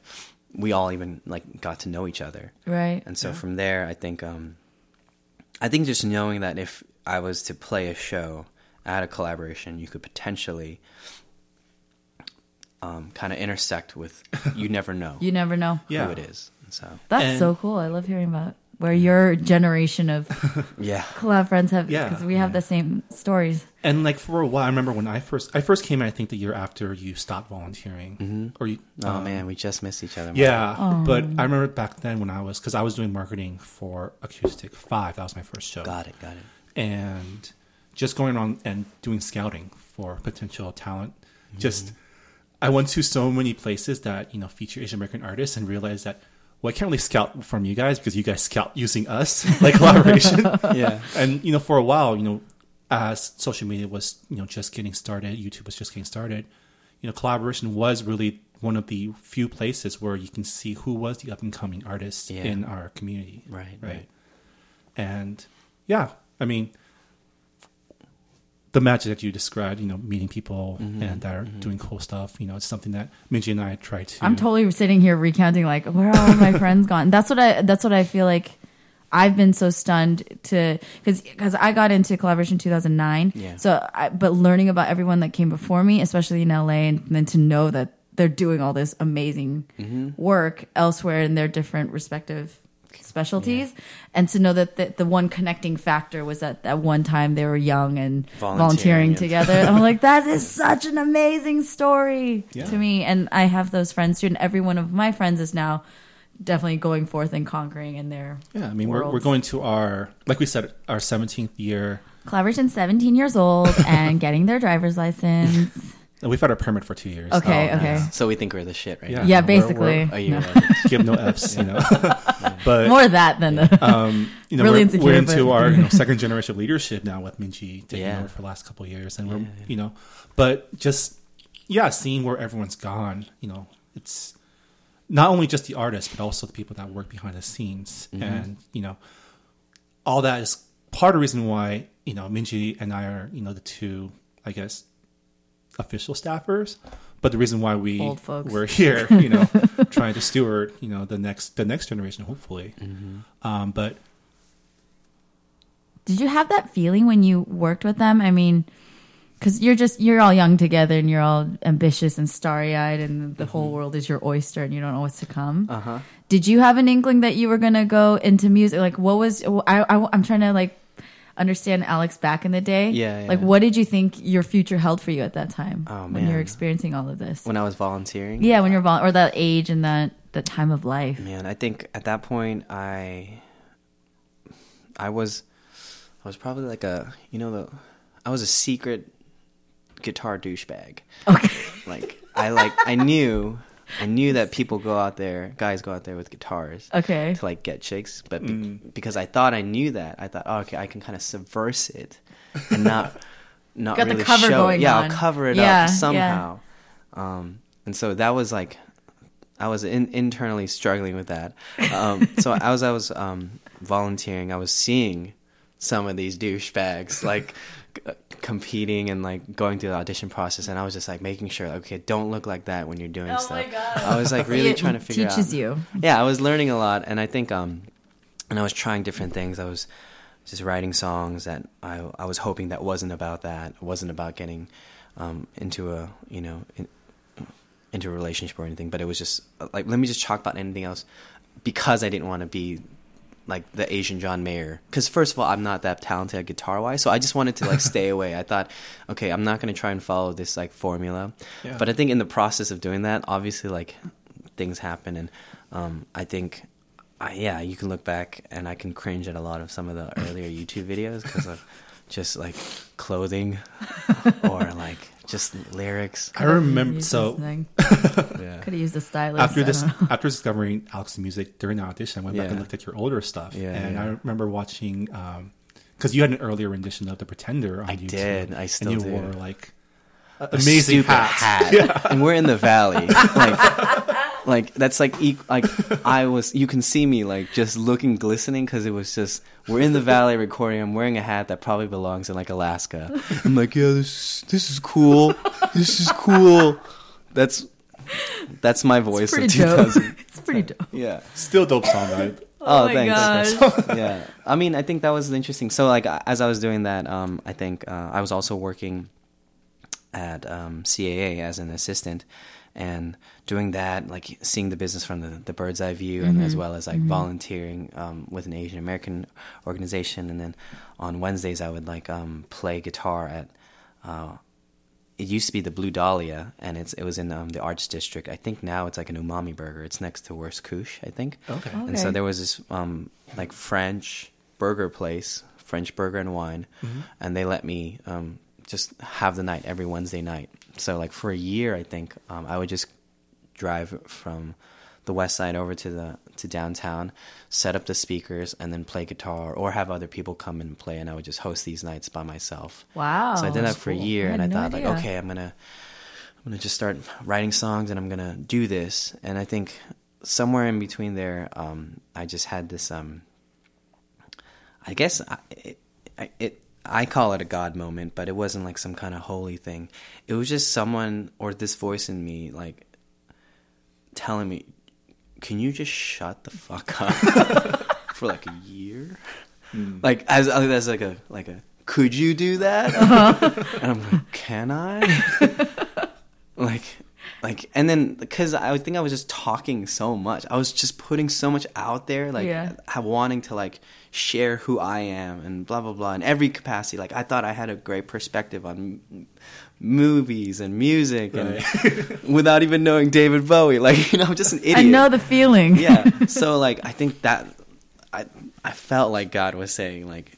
[SPEAKER 3] we all even like got to know each other.
[SPEAKER 2] right.
[SPEAKER 3] And so from there, I think um, I think just knowing that if I was to play a show at a collaboration, you could potentially um, kind of intersect with you never know
[SPEAKER 2] You never know.
[SPEAKER 1] yeah,
[SPEAKER 3] who it is. So
[SPEAKER 2] That's
[SPEAKER 1] And-
[SPEAKER 2] so cool. I love hearing about where your generation of
[SPEAKER 3] yeah,
[SPEAKER 2] collab friends have
[SPEAKER 1] Yeah.
[SPEAKER 2] because we have the same stories.
[SPEAKER 1] And like for a while, I remember when I first I first came. I think the year after you stopped volunteering, or you,
[SPEAKER 3] oh
[SPEAKER 1] um,
[SPEAKER 3] man, we just missed each other.
[SPEAKER 1] yeah. But I remember back then when I was because I was doing marketing for Acoustic Five. That was my first show,
[SPEAKER 3] got it, got it.
[SPEAKER 1] and just going on and doing scouting for potential talent. Just I went to so many places that you know feature Asian American artists and realized that. Well, I can't really scout from you guys because you guys scout using us like collaboration.
[SPEAKER 3] Yeah,
[SPEAKER 1] and you know for a while you know as social media was you know just getting started youtube was just getting started you know collaboration was really one of the few places where you can see who was the up and coming artist
[SPEAKER 3] Yeah.
[SPEAKER 1] in our community
[SPEAKER 3] Right, right.
[SPEAKER 1] and yeah i mean the magic that you described you know meeting people and that are doing cool stuff you know it's something that minji and i try to
[SPEAKER 2] I'm totally sitting here recounting like where are all my friends gone? That's what I that's what I feel like I've been so stunned to because because I got into collaboration in 2009.
[SPEAKER 3] Yeah.
[SPEAKER 2] So, I, but learning about everyone that came before me, especially in LA, and then to know that they're doing all this amazing
[SPEAKER 3] Mm-hmm.
[SPEAKER 2] work elsewhere in their different respective specialties, and to know that the, the one connecting factor was that at one time they were young and
[SPEAKER 3] Volunteering
[SPEAKER 2] volunteering
[SPEAKER 3] and-
[SPEAKER 2] together. I'm like, that is such an amazing story
[SPEAKER 1] Yeah.
[SPEAKER 2] to me. And I have those friends too. And every one of my friends is now definitely going forth and conquering in their
[SPEAKER 1] Yeah, I mean, we're, we're
[SPEAKER 2] worlds.
[SPEAKER 1] going to our, like we said, our 17th year.
[SPEAKER 2] Collaboration's 17 years old and getting their driver's license.
[SPEAKER 1] And we've had our permit for two years.
[SPEAKER 2] Okay,
[SPEAKER 3] Oh,
[SPEAKER 2] okay.
[SPEAKER 3] nice. So we think we're the shit right
[SPEAKER 1] Yeah.
[SPEAKER 3] now.
[SPEAKER 2] Yeah,
[SPEAKER 1] we're-
[SPEAKER 2] basically.
[SPEAKER 1] we're-
[SPEAKER 3] Are you
[SPEAKER 2] No.
[SPEAKER 3] ready?
[SPEAKER 1] Give no F's, you know. but
[SPEAKER 2] More that than the.
[SPEAKER 1] um, you know,
[SPEAKER 2] Really
[SPEAKER 1] we're,
[SPEAKER 2] insecure,
[SPEAKER 1] we're into
[SPEAKER 2] but-
[SPEAKER 1] our you know, second generation of leadership now with Minji taking
[SPEAKER 3] Yeah.
[SPEAKER 1] over for the last couple of years, and we're you know, but just yeah, seeing where everyone's gone, you know, it's not only just the artists but also the people that work behind the scenes, and you know, all that is part of the reason why you know Minji and I are you know the two, I guess, official staffers. But the reason why we
[SPEAKER 2] Old folks.
[SPEAKER 1] were here, you know, trying to steward, you know, the next the next generation, hopefully. Um, but
[SPEAKER 2] Did you have that feeling when you worked with them? I mean, because you're just you're all young together and you're all ambitious and starry eyed, and the
[SPEAKER 3] Mm-hmm.
[SPEAKER 2] whole world is your oyster, and you don't know what's to come. Uh-huh. Did you have an inkling that you were gonna go into music? Like, what was I? I am trying to like understand Alex back in the day.
[SPEAKER 3] Yeah, yeah.
[SPEAKER 2] Like, what did you think your future held for you at that time
[SPEAKER 3] Oh,
[SPEAKER 2] when you're
[SPEAKER 3] man.
[SPEAKER 2] experiencing all of this?
[SPEAKER 3] When I was volunteering.
[SPEAKER 2] yeah, when you're vol- or that age and that that time of life.
[SPEAKER 3] Man, I think at that point I I was I was probably like a you know the I was a secret guitar douchebag.
[SPEAKER 2] Okay.
[SPEAKER 3] Like I like I knew I knew that people go out there, guys go out there with guitars
[SPEAKER 2] Okay.
[SPEAKER 3] to like get chicks, but be- because I thought I knew that, I thought, oh, okay, I can kind of subverse it and not not
[SPEAKER 2] Got the
[SPEAKER 3] really
[SPEAKER 2] cover
[SPEAKER 3] show
[SPEAKER 2] going
[SPEAKER 3] it. Yeah,
[SPEAKER 2] on.
[SPEAKER 3] I'll cover it
[SPEAKER 2] Yeah, yeah.
[SPEAKER 3] up somehow. Um, and so that was like I was in, internally struggling with that. Um, so as I was um, volunteering, I was seeing some of these douchebags like c- uh, competing and like going through the audition process, and I was just like making sure, like, okay, don't look like that when you're doing
[SPEAKER 2] Oh
[SPEAKER 3] stuff.
[SPEAKER 2] my God.
[SPEAKER 3] I was like really
[SPEAKER 2] It
[SPEAKER 3] trying to figure out.
[SPEAKER 2] teaches you.
[SPEAKER 3] Yeah, I was learning a lot, and I think um, and I was trying different things. I was just writing songs that I I was hoping that wasn't about that, wasn't about getting um into a you know in, into a relationship or anything, but it was just uh, like let me just talk about anything else because I didn't want to be like the Asian John Mayer. Because first of all, I'm not that talented guitar wise, so I just wanted to like stay away. I thought, okay, I'm not going to try and follow this like formula.
[SPEAKER 1] Yeah.
[SPEAKER 3] But I think in the process of doing that, obviously like things happen, and um, I think. I, yeah, you can look back, and I can cringe at a lot of some of the earlier YouTube videos because of just like clothing or like just lyrics.
[SPEAKER 1] I remember so
[SPEAKER 2] could
[SPEAKER 3] Yeah.
[SPEAKER 2] have used a stylist
[SPEAKER 1] after
[SPEAKER 2] I
[SPEAKER 1] this
[SPEAKER 2] don't know.
[SPEAKER 1] after discovering Alex's music during the audition, I went back and
[SPEAKER 3] Yeah.
[SPEAKER 1] looked at your older stuff,
[SPEAKER 3] Yeah,
[SPEAKER 1] and
[SPEAKER 3] yeah.
[SPEAKER 1] I remember watching because you had an earlier rendition of The Pretender on
[SPEAKER 3] I
[SPEAKER 1] YouTube.
[SPEAKER 3] did. I still
[SPEAKER 1] and you
[SPEAKER 3] do.
[SPEAKER 1] wore like a- amazing
[SPEAKER 3] stupid
[SPEAKER 1] hats.
[SPEAKER 3] hat, and we're in the valley. Like, like that's like e- like I was. You can see me like just looking glistening because it was just we're in the valley recording. I'm wearing a hat that probably belongs in like Alaska. I'm like, yeah, this this is cool. This is cool. That's that's my voice of
[SPEAKER 2] pretty
[SPEAKER 3] 2000.
[SPEAKER 2] dope. it's pretty dope.
[SPEAKER 3] Yeah.
[SPEAKER 1] Still dope song. Right?
[SPEAKER 3] Oh, thanks.
[SPEAKER 2] gosh.
[SPEAKER 3] yeah i mean i think that was interesting so like as i was doing that um i think uh, i was also working at um caa as an assistant and doing that like seeing the business from the, the bird's eye view and as well as like volunteering um, with an asian american organization and then on wednesdays i would like um play guitar at uh it used to be the Blue Dahlia, and it's it was in um, the Arts District. I think now it's like an umami burger. It's next to Worst Kush, I think.
[SPEAKER 1] Okay.
[SPEAKER 3] And
[SPEAKER 2] Okay.
[SPEAKER 3] so there was this um, like French burger place, French burger and wine, and they let me um, just have the night every Wednesday night. So like for a year, I think um, I would just drive from the west side over to the to downtown, set up the speakers, and then play guitar or have other people come and play. And I would just host these nights by myself.
[SPEAKER 2] Wow.
[SPEAKER 3] So I did that
[SPEAKER 2] That's
[SPEAKER 3] for
[SPEAKER 2] cool.
[SPEAKER 3] a year,
[SPEAKER 2] I
[SPEAKER 3] and I
[SPEAKER 2] had no
[SPEAKER 3] thought
[SPEAKER 2] idea.
[SPEAKER 3] like, okay, I'm gonna, I'm gonna just start writing songs, and I'm gonna do this. And I think somewhere in between there, um, I just had this, um, I guess, I, it, I- it, I call it a God moment, but it wasn't like some kind of holy thing. It was just someone or this voice in me, like telling me, "Can you just shut the fuck up?" for like a year.
[SPEAKER 2] Hmm.
[SPEAKER 3] Like as as like a like a could you do that?
[SPEAKER 2] Uh-huh.
[SPEAKER 3] and I'm like, can I? like like and then because I would think I was just talking so much. I was just putting so much out there, like
[SPEAKER 2] Yeah.
[SPEAKER 3] ha- wanting to like share who I am and blah blah blah in every capacity. Like I thought I had a great perspective on m- movies and music and without even knowing David Bowie. Like you know, I'm just an idiot
[SPEAKER 2] I know the feeling.
[SPEAKER 3] yeah. So like I think that I I felt like God was saying like,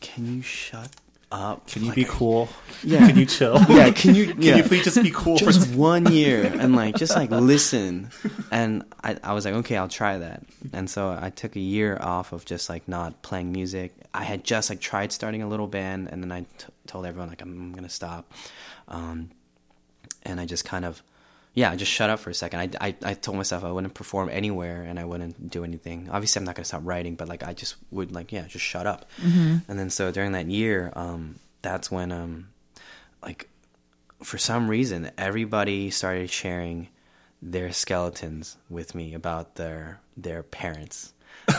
[SPEAKER 3] can you shut up?
[SPEAKER 1] Can you
[SPEAKER 3] Like,
[SPEAKER 1] be cool?
[SPEAKER 3] Yeah.
[SPEAKER 1] Can you chill?
[SPEAKER 3] Yeah. Can you?
[SPEAKER 1] Can
[SPEAKER 3] yeah.
[SPEAKER 1] you please just be cool
[SPEAKER 3] Just
[SPEAKER 1] for
[SPEAKER 3] one year and like just like listen, and I I was like okay I'll try that, and so I took a year off of just like not playing music. I had just like tried starting a little band, and then I t- told everyone like I'm gonna stop. Um, and I just kind of, yeah, I just shut up for a second. I, I, I told myself I wouldn't perform anywhere and I wouldn't do anything. Obviously, I'm not going to stop writing, but like I just would like, yeah, just shut up. And then so during that year, um, that's when, um, like, for some reason, everybody started sharing their skeletons with me about their their parents,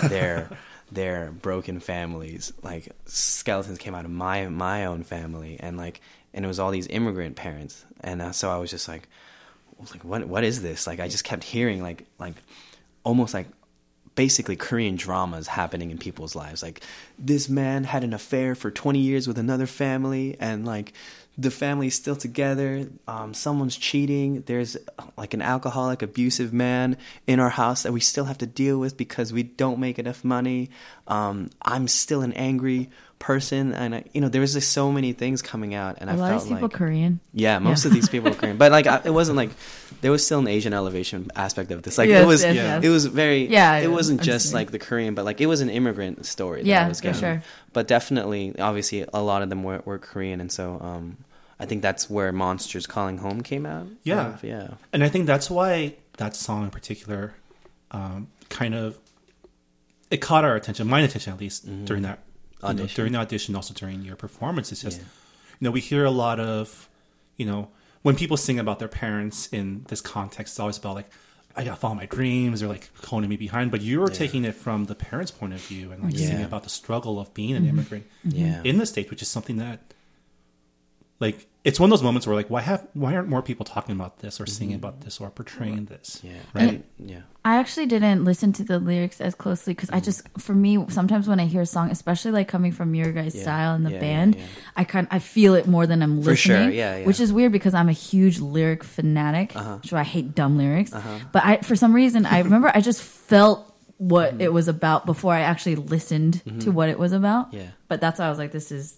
[SPEAKER 3] their their broken families. Like skeletons came out of my my own family, and like and it was all these immigrant parents, and uh, so I was just like, like what what is this? Like I just kept hearing like like almost like basically Korean dramas happening in people's lives. Like this man had an affair for 20 years with another family and like the family's still together. Um, someone's cheating. There's uh, like an alcoholic abusive man in our house that we still have to deal with because we don't make enough money. Um, I'm still an angry person and I, you know there was just so many things coming out and I
[SPEAKER 2] A lot
[SPEAKER 3] felt
[SPEAKER 2] of people
[SPEAKER 3] like
[SPEAKER 2] Korean.
[SPEAKER 3] yeah, most of these people were Korean, but like I, it wasn't like there was still an Asian elevation aspect of this. Like
[SPEAKER 2] Yes,
[SPEAKER 3] it was,
[SPEAKER 2] yes,
[SPEAKER 1] Yeah. yes.
[SPEAKER 3] it was very.
[SPEAKER 2] Yeah,
[SPEAKER 3] it wasn't just
[SPEAKER 2] understand.
[SPEAKER 3] like the Korean, but like it was an immigrant story.
[SPEAKER 2] Yeah,
[SPEAKER 3] that I was
[SPEAKER 2] for
[SPEAKER 3] getting.
[SPEAKER 2] sure.
[SPEAKER 3] But definitely, obviously, a lot of them were, were Korean, and so um, I think that's where Monsters Calling Home came out.
[SPEAKER 1] Yeah.
[SPEAKER 3] of, yeah,
[SPEAKER 1] And I think that's why that song in particular um, kind of it caught our attention, my attention at least, during that you know,
[SPEAKER 3] Mm-hmm. Audition.
[SPEAKER 1] during the audition, also during your performance. It's just
[SPEAKER 3] Yeah.
[SPEAKER 1] you know, we hear a lot of you know, when people sing about their parents in this context, it's always about like I gotta follow my dreams or like holding me behind. But you're taking it from the parents' point of view and like singing
[SPEAKER 3] Yeah.
[SPEAKER 1] about the struggle of being an immigrant
[SPEAKER 3] yeah,
[SPEAKER 1] in the states, which is something that, like, it's one of those moments where like, why have why aren't more people talking about this or singing about this or portraying this?
[SPEAKER 3] yeah,
[SPEAKER 1] right.
[SPEAKER 3] And- yeah.
[SPEAKER 2] I actually didn't listen to the lyrics as closely because I
[SPEAKER 3] Mm.
[SPEAKER 2] just, for me, sometimes when I hear a song, especially like coming from your guys'
[SPEAKER 3] Yeah.
[SPEAKER 2] style and the
[SPEAKER 3] Yeah, yeah,
[SPEAKER 2] band,
[SPEAKER 3] yeah.
[SPEAKER 2] I kind, I feel it more than I'm
[SPEAKER 3] For sure,
[SPEAKER 2] listening.
[SPEAKER 3] yeah, yeah. Uh-huh.
[SPEAKER 2] Which is weird because I'm a huge lyric fanatic, so I hate dumb lyrics. But I, for some reason, I remember I just felt what
[SPEAKER 3] Mm-hmm.
[SPEAKER 2] it was about before I actually listened to what it was about.
[SPEAKER 3] Yeah.
[SPEAKER 2] But that's why I was like, this is.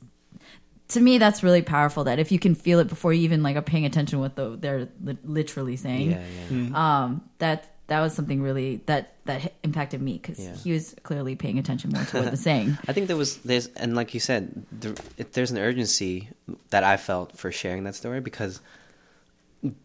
[SPEAKER 2] To me, that's really powerful. That if you can feel it before you even like are paying attention to what the, they're li- literally saying,
[SPEAKER 3] Yeah, yeah,
[SPEAKER 2] um, that that was something really that that hi- impacted me because
[SPEAKER 3] Yeah.
[SPEAKER 2] he was clearly paying attention more to what the saying.
[SPEAKER 3] I think there was there's and like you said, there, it, there's an urgency that I felt for sharing that story because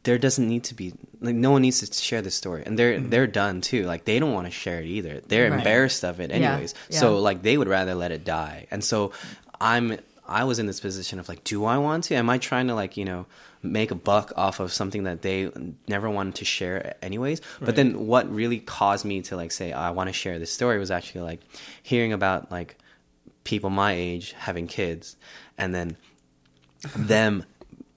[SPEAKER 3] there doesn't need to be like no one needs to share this story, and they're they're done too. Like they don't want to share it either. They're
[SPEAKER 2] Right.
[SPEAKER 3] embarrassed of it
[SPEAKER 2] Yeah,
[SPEAKER 3] anyways. So
[SPEAKER 2] yeah.
[SPEAKER 3] like they would rather let it die. And so I'm I was in this position of like, do I want to? Am I trying to like you know make a buck off of something that they never wanted to share anyways? But then what really caused me to like say I want to share this story was actually like hearing about like people my age having kids and then them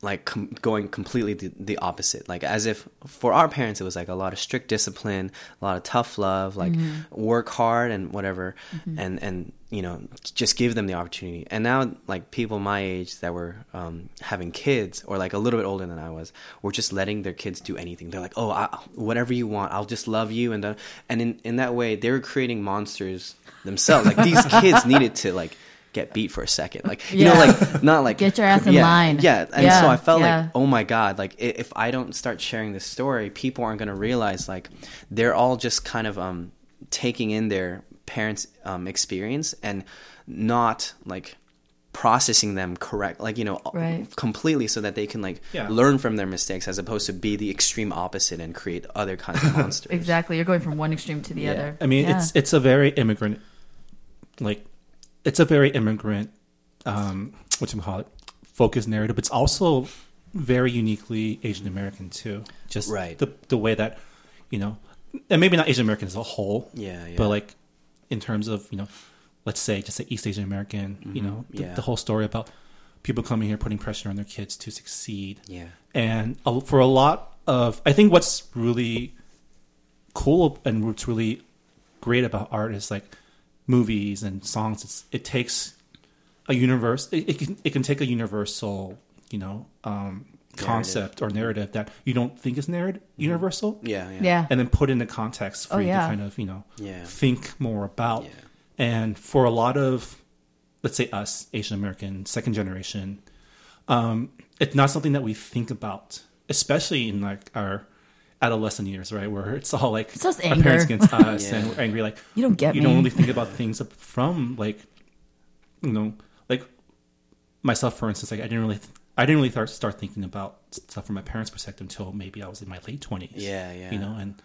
[SPEAKER 3] like com- going completely the, the opposite like as if for our parents it was like a lot of strict discipline a lot of tough love like work hard and whatever and and you know just give them the opportunity and now like people my age that were um, having kids or like a little bit older than i was were just letting their kids do anything they're like oh I, whatever you want i'll just love you and uh, and in, in that way they were creating monsters themselves like these kids needed to like get beat for a second like you know
[SPEAKER 2] Yeah.
[SPEAKER 3] like not like
[SPEAKER 2] Get your ass in
[SPEAKER 3] yeah,
[SPEAKER 2] line.
[SPEAKER 3] Yeah, and so
[SPEAKER 2] Yeah,
[SPEAKER 3] I felt
[SPEAKER 2] yeah.
[SPEAKER 3] like, oh my god, like i- if I don't start sharing this story, people aren't going to realize like they're all just kind of um taking in their parents' um, experience and not like processing them correct, like you know,
[SPEAKER 2] Right.
[SPEAKER 3] completely, so that they can like
[SPEAKER 1] Yeah.
[SPEAKER 3] learn from their mistakes as opposed to be the extreme opposite and create other kinds of monsters.
[SPEAKER 2] Exactly, you're going from one extreme to the
[SPEAKER 3] Yeah.
[SPEAKER 2] other.
[SPEAKER 1] I mean,
[SPEAKER 2] Yeah.
[SPEAKER 1] it's it's a very immigrant, like, it's a very immigrant, um, what you call it, focused narrative. But it's also very uniquely Asian American too. Just
[SPEAKER 3] Right.
[SPEAKER 1] the the way that you know, and maybe not Asian American as a whole.
[SPEAKER 3] Yeah, yeah.
[SPEAKER 1] But like in terms of you know, let's say just say East Asian American, you know, the,
[SPEAKER 3] Mm-hmm. yeah.
[SPEAKER 1] the whole story about people coming here putting pressure on their kids to succeed.
[SPEAKER 3] Yeah.
[SPEAKER 1] And a- for a lot of, I think what's really cool and what's really great about art is like movies and songs. It's, it takes a universe. It, it can it can take a universal, you know, um, concept or narrative that you don't think is narrative universal,
[SPEAKER 3] Yeah. Yeah.
[SPEAKER 2] Yeah.
[SPEAKER 1] and then put into context for
[SPEAKER 2] Oh,
[SPEAKER 1] you
[SPEAKER 2] yeah.
[SPEAKER 1] to kind of you know
[SPEAKER 3] Yeah.
[SPEAKER 1] think more about.
[SPEAKER 3] Yeah.
[SPEAKER 1] And for a lot of, let's say us Asian American second generation, um, it's not something that we think about, especially in like our adolescent years, right? Where it's all like
[SPEAKER 2] It's just
[SPEAKER 1] our parents
[SPEAKER 2] anger.
[SPEAKER 1] against us
[SPEAKER 3] Yeah.
[SPEAKER 1] and we're angry. Like
[SPEAKER 2] You don't get
[SPEAKER 1] you
[SPEAKER 2] me.
[SPEAKER 1] don't really think about things up from like, you know, like myself for instance. Like I didn't really, th- I didn't really start start thinking about stuff from my parents' perspective until maybe I was in my late twenties.
[SPEAKER 3] Yeah, yeah.
[SPEAKER 1] You know, and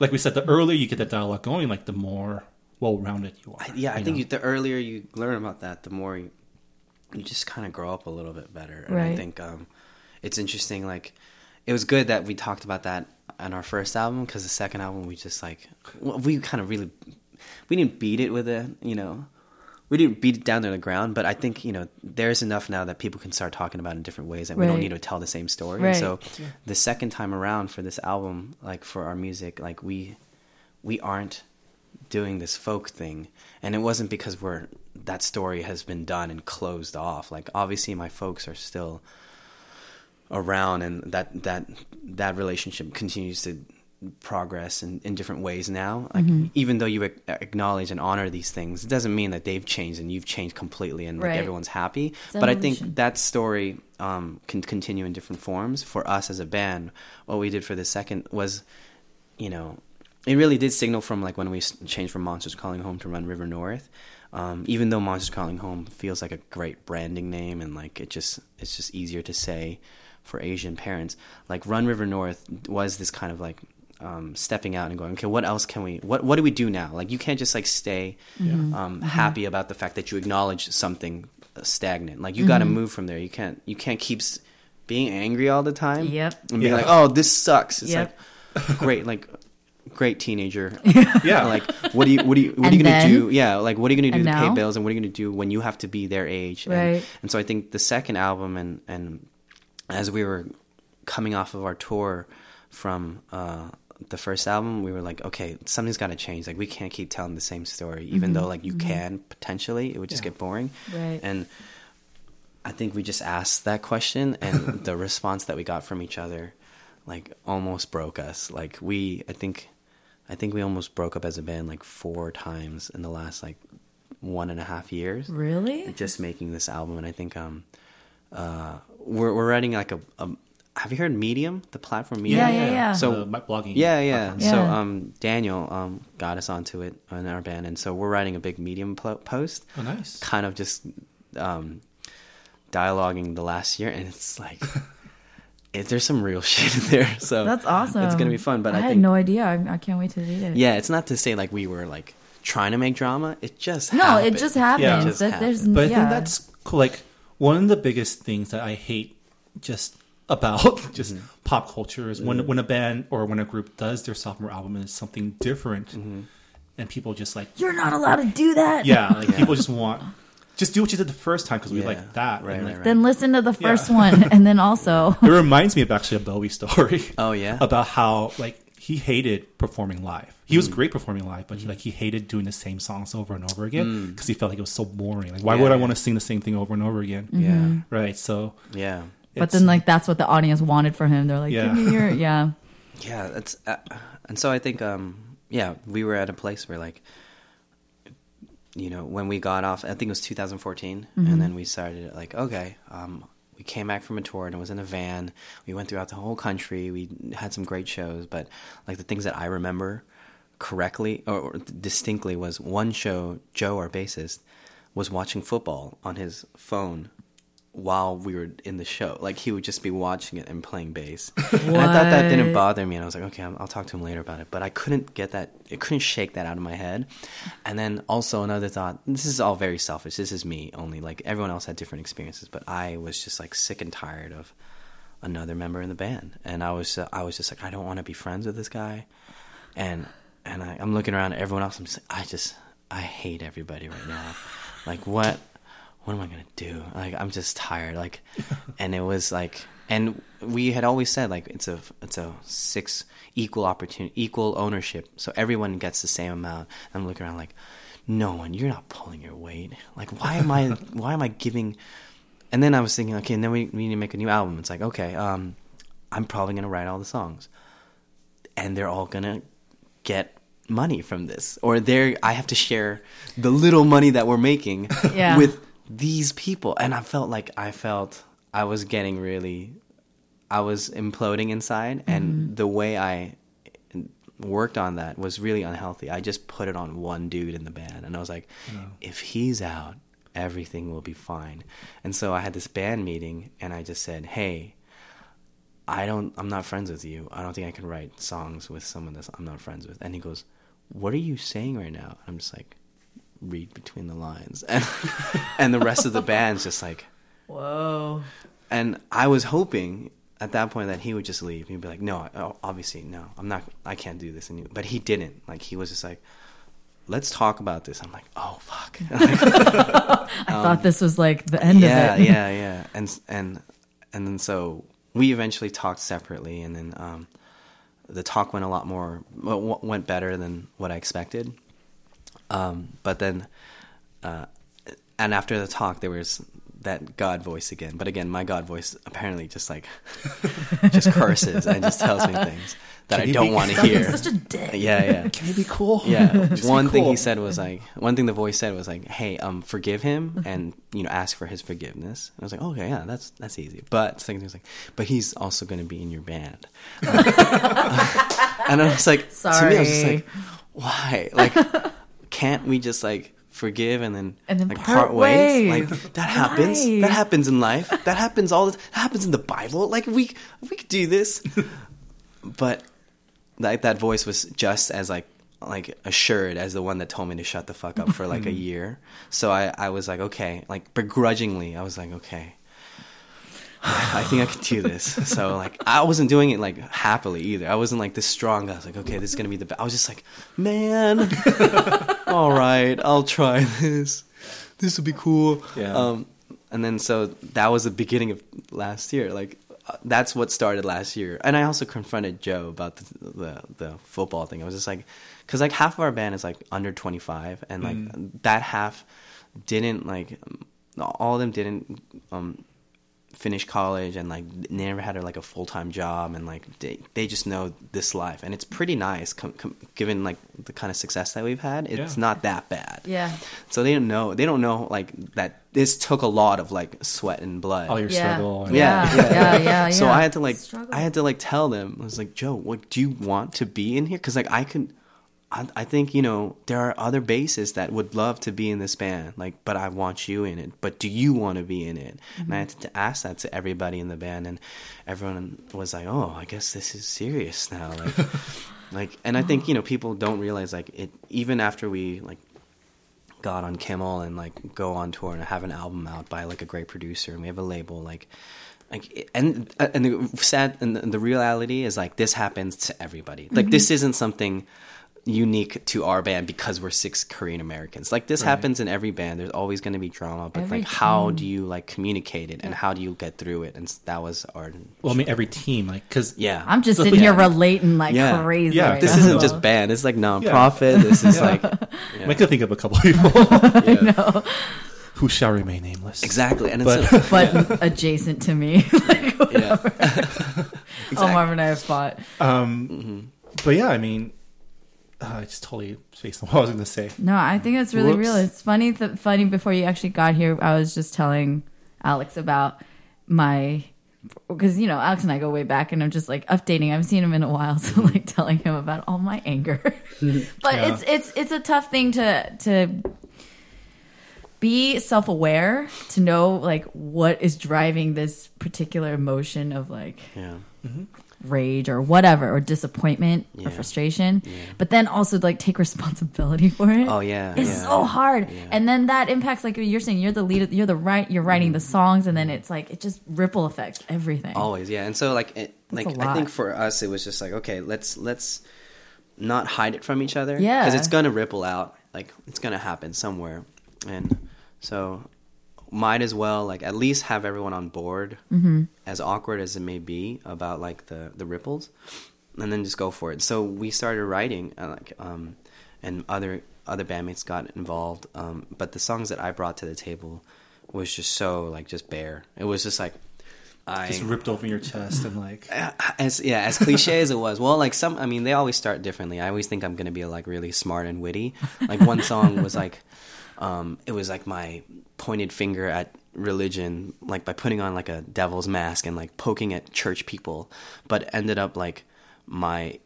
[SPEAKER 1] like we said, the earlier you get that dialogue going, like the more well rounded you are.
[SPEAKER 3] I, yeah, I
[SPEAKER 1] you
[SPEAKER 3] think
[SPEAKER 1] know?
[SPEAKER 3] you, the earlier you learn about that, the more you, you just kind of grow up a little bit better. And I
[SPEAKER 2] Right.
[SPEAKER 3] think um, it's interesting. Like, it was good that we talked about that on our first album because the second album we just like w- we kind of really we didn't beat it with a you know we didn't beat it down to the ground. But I think you know there's enough now that people can start talking about it in different ways, and we don't
[SPEAKER 2] Right.
[SPEAKER 3] need to tell the same story.
[SPEAKER 2] Right.
[SPEAKER 3] And so the second time around for this album, like for our music, like we we aren't doing this folk thing and it wasn't because we're that story has been done and closed off like obviously my folks are still around and that that that relationship continues to progress in, in different ways now like
[SPEAKER 2] Mm-hmm.
[SPEAKER 3] even though you ac- acknowledge and honor these things it doesn't mean that they've changed and you've changed completely and like
[SPEAKER 2] Right.
[SPEAKER 3] everyone's happy
[SPEAKER 2] It's
[SPEAKER 3] but i think
[SPEAKER 2] evolution.
[SPEAKER 3] that story um, can continue in different forms for us as a band what we did for the second was you know it really did signal from like when we s- changed from monsters calling home to run river north um, even though monsters calling home feels like a great branding name and like it just it's just easier to say for asian parents like run river north was this kind of like um, stepping out and going okay what else can we what what do we do now like you can't just like stay
[SPEAKER 2] Mm-hmm.
[SPEAKER 3] um, happy about the fact that you acknowledge something stagnant like you got to
[SPEAKER 2] Mm-hmm.
[SPEAKER 3] move from there you can't you can't keep s- being angry all the time
[SPEAKER 2] Yep.
[SPEAKER 3] and being
[SPEAKER 1] Yeah.
[SPEAKER 3] like oh this sucks it's
[SPEAKER 2] Yep.
[SPEAKER 3] like great like great teenager
[SPEAKER 1] yeah,
[SPEAKER 3] like what do you what do you what are
[SPEAKER 2] And
[SPEAKER 3] you gonna
[SPEAKER 2] then-
[SPEAKER 3] do yeah like what are you gonna do to
[SPEAKER 2] And
[SPEAKER 3] pay
[SPEAKER 2] now?
[SPEAKER 3] bills and what are you gonna do when you have to be their age and,
[SPEAKER 2] Right.
[SPEAKER 3] and so i think the second album and and as we were coming off of our tour from uh the first album we were like okay something's got to change like we can't keep telling the same story even though like you can potentially it would just
[SPEAKER 1] Yeah.
[SPEAKER 3] get boring
[SPEAKER 2] Mm-hmm. Right.
[SPEAKER 3] and I think we just asked that question, and the response that we got from each other, like almost broke us. Like we, I think, I think we almost broke up as a band like four times in the last like one and a half years.
[SPEAKER 2] Mm-hmm. really?
[SPEAKER 3] Just making this album, and I think um, uh, we're we're writing like a, a. Have you heard Medium, the platform Medium?
[SPEAKER 2] Yeah, yeah, yeah.
[SPEAKER 1] So
[SPEAKER 3] So-
[SPEAKER 1] my blogging.
[SPEAKER 3] Yeah, yeah.
[SPEAKER 2] Yeah.
[SPEAKER 3] So um, Daniel um, got us onto it in our band, and so we're writing a big Medium pl- post
[SPEAKER 1] Oh, nice.
[SPEAKER 3] kind of just um, dialoguing the last year, and it's like it, there's some real shit in there. So
[SPEAKER 2] That's awesome.
[SPEAKER 3] It's gonna be fun, but I,
[SPEAKER 2] had
[SPEAKER 3] think
[SPEAKER 2] no idea. I, I can't wait to read it.
[SPEAKER 3] yeah, it's not to say like we were like trying to make drama. It just
[SPEAKER 2] No,
[SPEAKER 3] happened.
[SPEAKER 2] it just happens.
[SPEAKER 1] Yeah. It
[SPEAKER 3] just
[SPEAKER 2] That- there's
[SPEAKER 3] happened.
[SPEAKER 1] But I
[SPEAKER 2] yeah.
[SPEAKER 1] think that's cool. Like one of the biggest things that I hate just about just
[SPEAKER 3] Mm-hmm.
[SPEAKER 1] pop culture is when when a band or when a group does their sophomore album and it's something different,
[SPEAKER 3] Mm-hmm.
[SPEAKER 1] and people just like
[SPEAKER 2] You're not allowed to do that.
[SPEAKER 1] yeah, like people just want just do what you did the first time because we
[SPEAKER 3] Yeah.
[SPEAKER 1] like that.
[SPEAKER 3] Right,
[SPEAKER 1] And,
[SPEAKER 3] right,
[SPEAKER 1] like,
[SPEAKER 3] right.
[SPEAKER 2] Then listen to the first one, and then also
[SPEAKER 1] It reminds me of actually a Bowie story.
[SPEAKER 3] Oh, yeah?
[SPEAKER 1] about how like he hated performing live. He
[SPEAKER 3] Mm.
[SPEAKER 1] was great performing live,
[SPEAKER 3] Mm-hmm.
[SPEAKER 1] but he, like he hated doing the same songs over and over again because he felt like it was so boring. Like, why
[SPEAKER 3] Mm. Yeah,
[SPEAKER 1] would I
[SPEAKER 3] yeah.
[SPEAKER 1] want to sing the same thing over and over again?
[SPEAKER 3] yeah,
[SPEAKER 2] Mm-hmm.
[SPEAKER 1] Right. So,
[SPEAKER 3] yeah,
[SPEAKER 2] But
[SPEAKER 1] it's-
[SPEAKER 2] then, like, that's what the audience wanted from him. They're like,
[SPEAKER 1] Yeah.
[SPEAKER 2] give me your, yeah.
[SPEAKER 3] yeah. That's uh, and so I think um, yeah, we were at a place where like you know, when we got off, I think it was 2014, and then we started like, okay, um, we came back from a tour and it was in a van. We went throughout the whole country. We had some great shows, but like the things that I remember correctly or, or distinctly was one show, Joe, our bassist, was watching football on his phone while we were in the show. Like he would just be watching it and playing bass. And I thought that didn't
[SPEAKER 2] What?
[SPEAKER 3] bother me, and I was like, okay, I'm- I'll talk to him later about it. But I couldn't get that, I couldn't shake that out of my head. And then also another thought: this is all very selfish. This is me only. Like everyone else had different experiences, but I was just like sick and tired of another member in the band, and I was uh, I was just like, I don't want to be friends with this guy. And and I, I'm looking around at everyone else. I'm just, I just I hate everybody right now. like what what am I gonna do? Like I'm just tired. Like and it was like and we had always said like it's a it's a six equal opportunity equal ownership. So everyone gets the same amount. And I'm looking around like, no one, you're not pulling your weight. Like why am I why am I giving and then I was thinking, okay, and then we, we need to make a new album. It's like, okay, um, I'm probably gonna write all the songs and they're all gonna get money from this or they're i have to share the little money that we're making
[SPEAKER 2] Yeah.
[SPEAKER 3] with these people and i felt like i felt i was getting really i was imploding inside and the way i worked on that was really unhealthy i just put it on one dude in the band and i was like if he's out everything will be fine and so i had this band meeting and i just said hey I don't I'm not friends with you. I don't think I can write songs with someone that I'm not friends with. And he goes, "What are you saying right now?" I'm just like, "Read between the lines." And and the rest of the band's just like,
[SPEAKER 2] Whoa.
[SPEAKER 3] and I was hoping at that point that he would just leave. He'd be like, "No, oh, obviously no. I'm not I can't do this." And but he didn't. Like he was just like, "Let's talk about this." I'm like, "Oh fuck."
[SPEAKER 2] I thought this was like the end
[SPEAKER 3] Um, yeah,
[SPEAKER 2] of it.
[SPEAKER 3] yeah, yeah. And and and then so we eventually talked separately, and then um, the talk went a lot more w- went better than what I expected. Um, but then, uh, and after the talk, there was that God voice again. But again, my God voice apparently just like just curses and just tells me things that
[SPEAKER 1] Can
[SPEAKER 3] I
[SPEAKER 1] you
[SPEAKER 3] don't
[SPEAKER 1] be-
[SPEAKER 3] want to
[SPEAKER 2] Duncan's
[SPEAKER 3] hear.
[SPEAKER 2] such a dick.
[SPEAKER 3] Yeah, yeah.
[SPEAKER 1] Can it be cool?
[SPEAKER 3] Yeah.
[SPEAKER 1] Just be
[SPEAKER 3] one thing
[SPEAKER 1] cool.
[SPEAKER 3] he said was like, one thing the voice said was like, "Hey, um, forgive him and you know ask for his forgiveness." And I was like, "Oh, "Okay, yeah, that's that's easy." But second thing was like, "But he's also going to be in your band," and I was like, To me, I was just
[SPEAKER 2] Sorry.
[SPEAKER 3] like, "Why? Like, can't we just like?" Forgive and then
[SPEAKER 2] And then
[SPEAKER 3] like
[SPEAKER 2] part ways.
[SPEAKER 3] Like that happens.
[SPEAKER 2] Why?
[SPEAKER 3] That happens in life. That happens all the. That happens in the Bible. Like we we could do this but like that voice was just as like like assured as the one that told me to shut the fuck up for like a year. So I I was like okay, like begrudgingly I was like okay. I think I could do this. So like I wasn't doing it like happily either. I wasn't like this strong. I was like okay, this is going to be the best. I was just like, man, all right, I'll try this. This will be cool.
[SPEAKER 1] Yeah.
[SPEAKER 3] Um, and then so that was the beginning of last year. Like uh, that's what started last year. And I also confronted Joe about the the, the football thing. I was just like, because like half of our band is like under twenty five, and like that half didn't like um, all of them didn't um finish college and like never had a, like a full time job and like they, they just know this life and it's pretty nice com- com- given like the kind of success that we've had it's
[SPEAKER 1] Yeah.
[SPEAKER 3] not that bad
[SPEAKER 2] Yeah.
[SPEAKER 3] so they don't know they don't know like that this took a lot of like sweat and blood
[SPEAKER 1] All your
[SPEAKER 2] Yeah.
[SPEAKER 1] struggle. and-
[SPEAKER 2] Yeah. Yeah. Yeah. yeah.
[SPEAKER 3] so I had to like
[SPEAKER 2] Struggle.
[SPEAKER 3] I had to like tell them I was like Joe what do you want to be in here because like I could I, I think you know there are other bases that would love to be in this band like but I want you in it but do you want to be in it and I had to ask that to everybody in the band and everyone was like oh I guess this is serious now like like and I think you know people don't realize like it even after we like got on Kimmel and like go on tour and have an album out by like a great producer and we have a label like like and uh, and the sad and the- the reality is like this happens to everybody like
[SPEAKER 2] Mm-hmm.
[SPEAKER 3] this isn't something unique to our band because we're six Korean Americans like this happens in every band there's always going to be drama but
[SPEAKER 2] Every
[SPEAKER 3] like how do you like communicate it and how do you get through it and s- that was our
[SPEAKER 1] Well, I mean, every team, like, because
[SPEAKER 3] yeah
[SPEAKER 2] I'm just
[SPEAKER 1] So-
[SPEAKER 2] sitting here
[SPEAKER 3] Yeah.
[SPEAKER 2] relating like
[SPEAKER 3] Yeah.
[SPEAKER 2] crazy.
[SPEAKER 1] Yeah,
[SPEAKER 2] right
[SPEAKER 3] this
[SPEAKER 2] now.
[SPEAKER 3] isn't just band it's like nonprofit this is like
[SPEAKER 1] I could think of a couple people
[SPEAKER 3] yeah.
[SPEAKER 1] who shall remain nameless.
[SPEAKER 3] exactly and it's
[SPEAKER 1] But-
[SPEAKER 3] a-
[SPEAKER 2] but adjacent to me. like,
[SPEAKER 3] yeah
[SPEAKER 2] Oh, Marvin and I have fought.
[SPEAKER 1] But yeah, I mean, uh, I just totally spaced on what I was going to say.
[SPEAKER 2] No, I think it's really
[SPEAKER 1] Whoops.
[SPEAKER 2] real. It's funny. Th- funny. Before you actually got here, I was just telling Alex about my because you know Alex and I go way back, and I'm just like updating. I haven't seen him in a while, so like telling him about all my anger. but
[SPEAKER 1] Yeah.
[SPEAKER 2] it's it's it's a tough thing to to be self-aware to know like what is driving this particular emotion of like
[SPEAKER 3] yeah
[SPEAKER 2] rage or whatever or disappointment
[SPEAKER 3] Yeah.
[SPEAKER 2] or frustration but then also like take responsibility for it
[SPEAKER 3] Oh, yeah,
[SPEAKER 2] it's
[SPEAKER 3] yeah.
[SPEAKER 2] so hard
[SPEAKER 3] Yeah.
[SPEAKER 2] and then that impacts like you're saying you're the lead you're the right you're writing the songs and then it's like it just ripple affects everything
[SPEAKER 3] always Mm. Oh, yeah and so like it, like
[SPEAKER 2] a
[SPEAKER 3] i think
[SPEAKER 2] lot.
[SPEAKER 3] for us it was just like okay let's let's not hide it from each other
[SPEAKER 2] Yeah.
[SPEAKER 3] because it's gonna ripple out like it's gonna happen somewhere, and so might as well like at least have everyone on board,
[SPEAKER 2] Mm-hmm.
[SPEAKER 3] as awkward as it may be about like the the ripples, and then just go for it. So we started writing, uh, like, um, and other other bandmates got involved, um, but the songs that I brought to the table was just so like just bare. It was just like. I,
[SPEAKER 1] Just ripped open your chest and like
[SPEAKER 3] as yeah, as cliche as it was. Well, like some, I mean, they always start differently. I always think I'm gonna be like really smart and witty. Like one song was like, um, it was like my pointed finger at religion, like by putting on like a devil's mask and like poking at church people, but ended up like my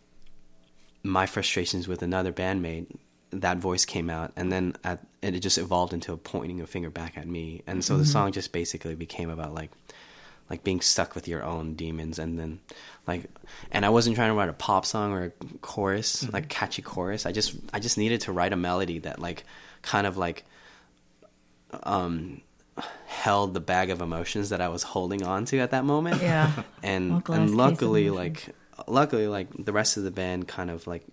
[SPEAKER 3] my frustrations with another bandmate that voice came out and then at, and it just evolved into a pointing a finger back at me and so the
[SPEAKER 2] Mm-hmm.
[SPEAKER 3] song just basically became about like like being stuck with your own demons and then like and i wasn't trying to write a pop song or a chorus
[SPEAKER 2] Mm-hmm.
[SPEAKER 3] like catchy chorus i just i just needed to write a melody that like kind of like um held the bag of emotions that i was holding on to at that moment
[SPEAKER 2] Yeah.
[SPEAKER 3] and
[SPEAKER 2] Well, glass case
[SPEAKER 3] and
[SPEAKER 2] of
[SPEAKER 3] luckily
[SPEAKER 2] emotions.
[SPEAKER 3] like luckily like the rest of the band kind of like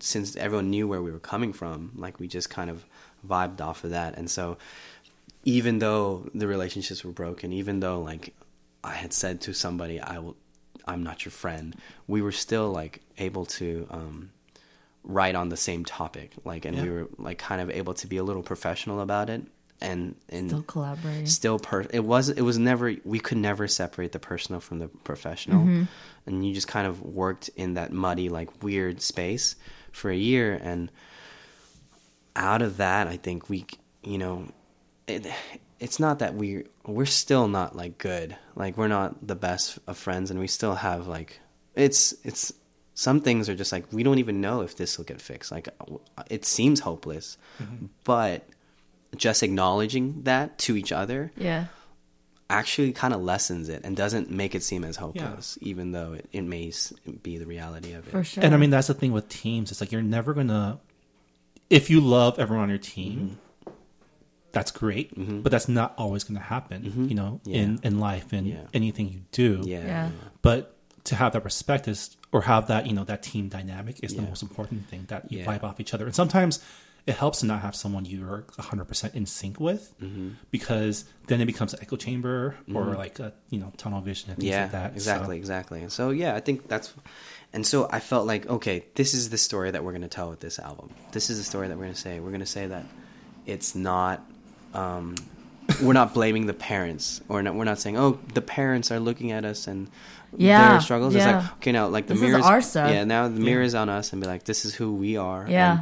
[SPEAKER 3] since everyone knew where we were coming from like we just kind of vibed off of that and so even though the relationships were broken even though like i had said to somebody i will i'm not your friend we were still like able to um write on the same topic like and we
[SPEAKER 1] Yeah.
[SPEAKER 3] were like kind of able to be a little professional about it and and
[SPEAKER 2] Still collaborating.
[SPEAKER 3] still per it was it was never we could never separate the personal from the professional and you just kind of worked in that muddy like weird space for a year and out of that i think we you know it, it's not that we we're still not like good like we're not the best of friends and we still have like it's it's some things are just like we don't even know if this will get fixed like it seems hopeless but just acknowledging that to each other
[SPEAKER 2] yeah.
[SPEAKER 3] actually kind of lessens it and doesn't make it seem as hopeless even though it, it may s- be the reality of it
[SPEAKER 2] For sure.
[SPEAKER 1] And I mean, that's the thing with teams. It's like you're never gonna. If you love everyone on your team,
[SPEAKER 3] Mm-hmm.
[SPEAKER 1] that's great. But that's not always gonna happen. You know, in in life and
[SPEAKER 3] Mm-hmm. Yeah.
[SPEAKER 1] anything you do.
[SPEAKER 3] yeah,
[SPEAKER 2] Yeah.
[SPEAKER 1] But to have that respect is, or have that you know that team dynamic is the
[SPEAKER 3] Yeah.
[SPEAKER 1] most important thing. That you
[SPEAKER 3] Yeah.
[SPEAKER 1] vibe off each other, and sometimes it helps to not have someone you're 100 percent in sync with,
[SPEAKER 3] Mm-hmm.
[SPEAKER 1] because then it becomes an echo chamber or like a you know tunnel vision and things
[SPEAKER 3] yeah
[SPEAKER 1] like that. So-
[SPEAKER 3] exactly exactly and so yeah i think that's and so i felt like okay this is the story that we're going to tell with this album this is the story that we're going to say we're going to say that it's not um we're not blaming the parents or not, we're not saying oh the parents are looking at us and
[SPEAKER 2] Yeah,
[SPEAKER 3] their struggles it's
[SPEAKER 2] yeah.
[SPEAKER 3] like okay now like the
[SPEAKER 2] This is
[SPEAKER 3] mirrors
[SPEAKER 2] our stuff.
[SPEAKER 3] yeah now the mirrors on us and be like this is who we are
[SPEAKER 2] Yeah.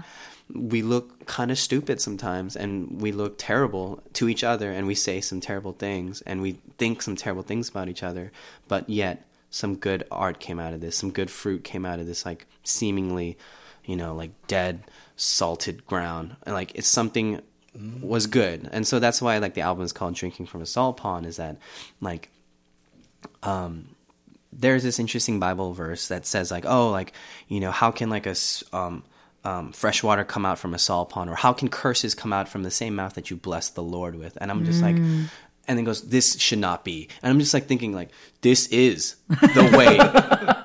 [SPEAKER 3] and we look kind of stupid sometimes and we look terrible to each other and we say some terrible things and we think some terrible things about each other but yet some good art came out of this some good fruit came out of this like seemingly you know like dead salted ground and like it's something was good and so that's why like the album is called drinking from a salt pond is that like there's this interesting Bible verse that says like, oh, like you know, how can like a s- um, um, fresh water come out from a salt pond, or how can curses come out from the same mouth that you bless the Lord with? And I'm just like,
[SPEAKER 2] Mm.
[SPEAKER 3] and then goes, this should not be. And I'm just like thinking like, this is the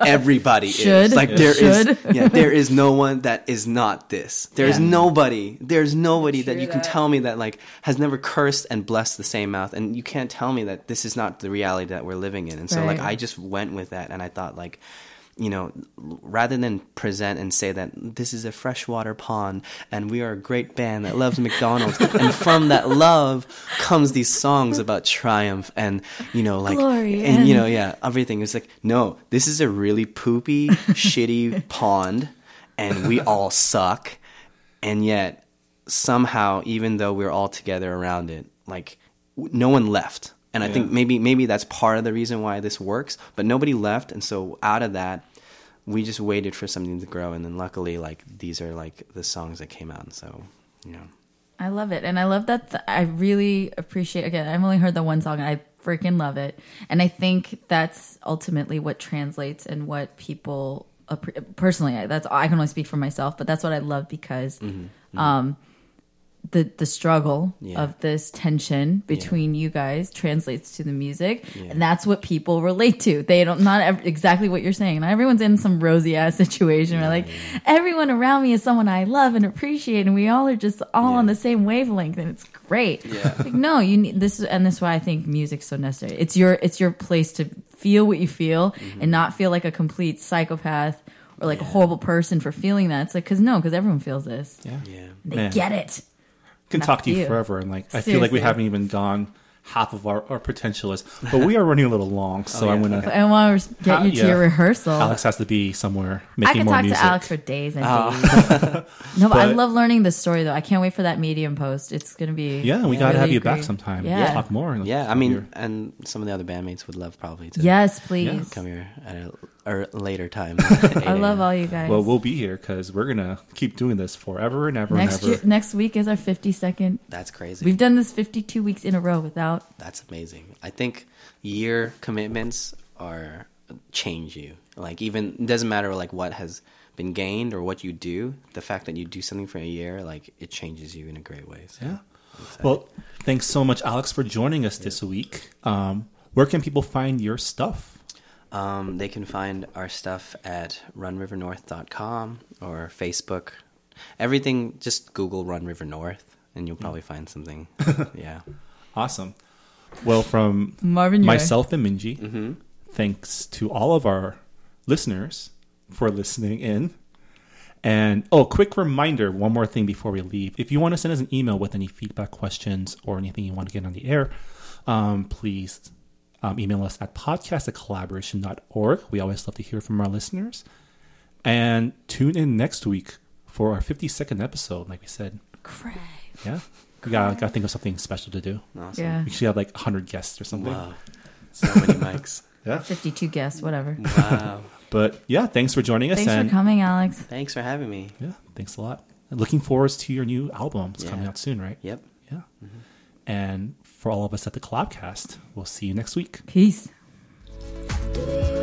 [SPEAKER 3] way everybody
[SPEAKER 2] Should.
[SPEAKER 3] is. Like there is,
[SPEAKER 2] Should.
[SPEAKER 3] yeah, there is no one that is not this. There's
[SPEAKER 2] Yeah.
[SPEAKER 3] nobody. There's nobody that
[SPEAKER 2] True
[SPEAKER 3] you can
[SPEAKER 2] that.
[SPEAKER 3] tell tell me that like has never cursed and blessed the same mouth and you can't tell me that this is not the reality that we're living in and so like
[SPEAKER 2] Right.
[SPEAKER 3] i just went with that and i thought like you know rather than present and say that this is a freshwater pond and we are a great band that loves mcdonald's and from that love comes these songs about triumph and you know like
[SPEAKER 2] Glory
[SPEAKER 3] and, you
[SPEAKER 2] and-
[SPEAKER 3] know yeah everything it's like no this is a really poopy shitty pond and we all suck and yet somehow even though we are all together around it like w- no one left and i think maybe maybe that's part of the reason why this works but nobody left and so out of that we just waited for something to grow and then luckily like these are like the songs that came out and so you know
[SPEAKER 2] I love it. And I love that. Th- I really appreciate, again, I've only heard the one song. and I freaking love it. And I think that's ultimately what translates and what people, appre- personally, I- that's, I can only speak for myself, but that's what I love because, um, the the struggle
[SPEAKER 3] Yeah.
[SPEAKER 2] of this tension between you guys translates to the music,
[SPEAKER 3] Yeah.
[SPEAKER 2] and that's what people relate to. They don't not ev- exactly what you're saying. Not everyone's in some rosy ass situation. where like everyone around me is someone I love and appreciate, and we all are just all
[SPEAKER 3] Yeah.
[SPEAKER 2] on the same wavelength, and it's great.
[SPEAKER 3] Yeah.
[SPEAKER 2] Like, no, you need this, is, and that's why I think music's so necessary. It's your it's your place to feel what you feel
[SPEAKER 3] Mm-hmm.
[SPEAKER 2] and not feel like a complete psychopath or like a horrible person for feeling that. It's like because no, because everyone feels this.
[SPEAKER 1] Yeah.
[SPEAKER 3] Yeah.
[SPEAKER 2] They
[SPEAKER 1] Man.
[SPEAKER 2] get it.
[SPEAKER 1] can talk to you,
[SPEAKER 2] you.
[SPEAKER 1] forever and like i feel like we
[SPEAKER 2] Seriously.
[SPEAKER 1] haven't even gone half of our, our potential is but we are running a little long so
[SPEAKER 3] Oh,
[SPEAKER 1] i'm
[SPEAKER 3] yeah,
[SPEAKER 1] gonna
[SPEAKER 2] I want to get
[SPEAKER 1] How-
[SPEAKER 2] you to
[SPEAKER 1] yeah.
[SPEAKER 2] your rehearsal.
[SPEAKER 1] alex has to be somewhere
[SPEAKER 2] I
[SPEAKER 1] making
[SPEAKER 2] could
[SPEAKER 1] more
[SPEAKER 2] talk
[SPEAKER 1] music Oh.
[SPEAKER 2] to Alex for days and days. no, but, I
[SPEAKER 1] But-
[SPEAKER 2] love learning this story though. I can't wait for that Medium post. It's gonna be
[SPEAKER 1] yeah we gotta have
[SPEAKER 2] really
[SPEAKER 1] you back
[SPEAKER 2] great.
[SPEAKER 1] sometime
[SPEAKER 2] Yeah.
[SPEAKER 1] yeah talk more like,
[SPEAKER 3] Yeah, I
[SPEAKER 1] come
[SPEAKER 3] mean,
[SPEAKER 1] here.
[SPEAKER 3] and some of the other bandmates would love probably to
[SPEAKER 2] Yes, please.
[SPEAKER 3] come here at a, or later time.
[SPEAKER 2] I love all you guys.
[SPEAKER 1] well we'll be here because we're gonna keep doing this forever and ever and
[SPEAKER 2] next
[SPEAKER 1] ever
[SPEAKER 2] year, next week is our fifty second.
[SPEAKER 3] That's crazy.
[SPEAKER 2] We've done this fifty two weeks in a row without.
[SPEAKER 3] That's amazing. I think year commitments are change you. Like even it doesn't matter like what has been gained or what you do. The fact that you do something for a year, like it changes you in a great way. So.
[SPEAKER 1] yeah well thanks so much alex for joining us this week um, where can people find your stuff
[SPEAKER 3] Um, they can find our stuff at runrivernorth.com or Facebook. Everything, just Google Run River North and
[SPEAKER 2] Mm.
[SPEAKER 3] you'll probably find something. yeah.
[SPEAKER 1] awesome well from
[SPEAKER 2] Marvin, you're-
[SPEAKER 1] myself and Minji. Thanks to all of our listeners for listening in. And oh, quick reminder one more thing before we leave. If you want to send us an email with any feedback, questions, or anything you want to get on the air, um, please um, email us at podcast at collaboration.org. We always love to hear from our listeners. And tune in next week for our 52nd episode, like we said.
[SPEAKER 2] Cray.
[SPEAKER 1] Yeah. We got to think of something special to do.
[SPEAKER 3] Awesome.
[SPEAKER 2] Yeah,
[SPEAKER 1] We should have like 100 guests or something.
[SPEAKER 3] Wow. So many mics.
[SPEAKER 1] Yeah.
[SPEAKER 2] fifty two guests, whatever.
[SPEAKER 3] Wow.
[SPEAKER 1] But yeah, thanks for joining us.
[SPEAKER 2] Thanks for
[SPEAKER 1] and
[SPEAKER 2] coming, Alex.
[SPEAKER 3] Thanks for having me.
[SPEAKER 1] yeah, thanks a lot. And looking forward to your new album. It's
[SPEAKER 3] Yeah.
[SPEAKER 1] coming out soon, right?
[SPEAKER 3] Yep.
[SPEAKER 1] Yeah. And for all of us at the Collabcast, we'll see you next week.
[SPEAKER 2] Peace.
[SPEAKER 4] Do you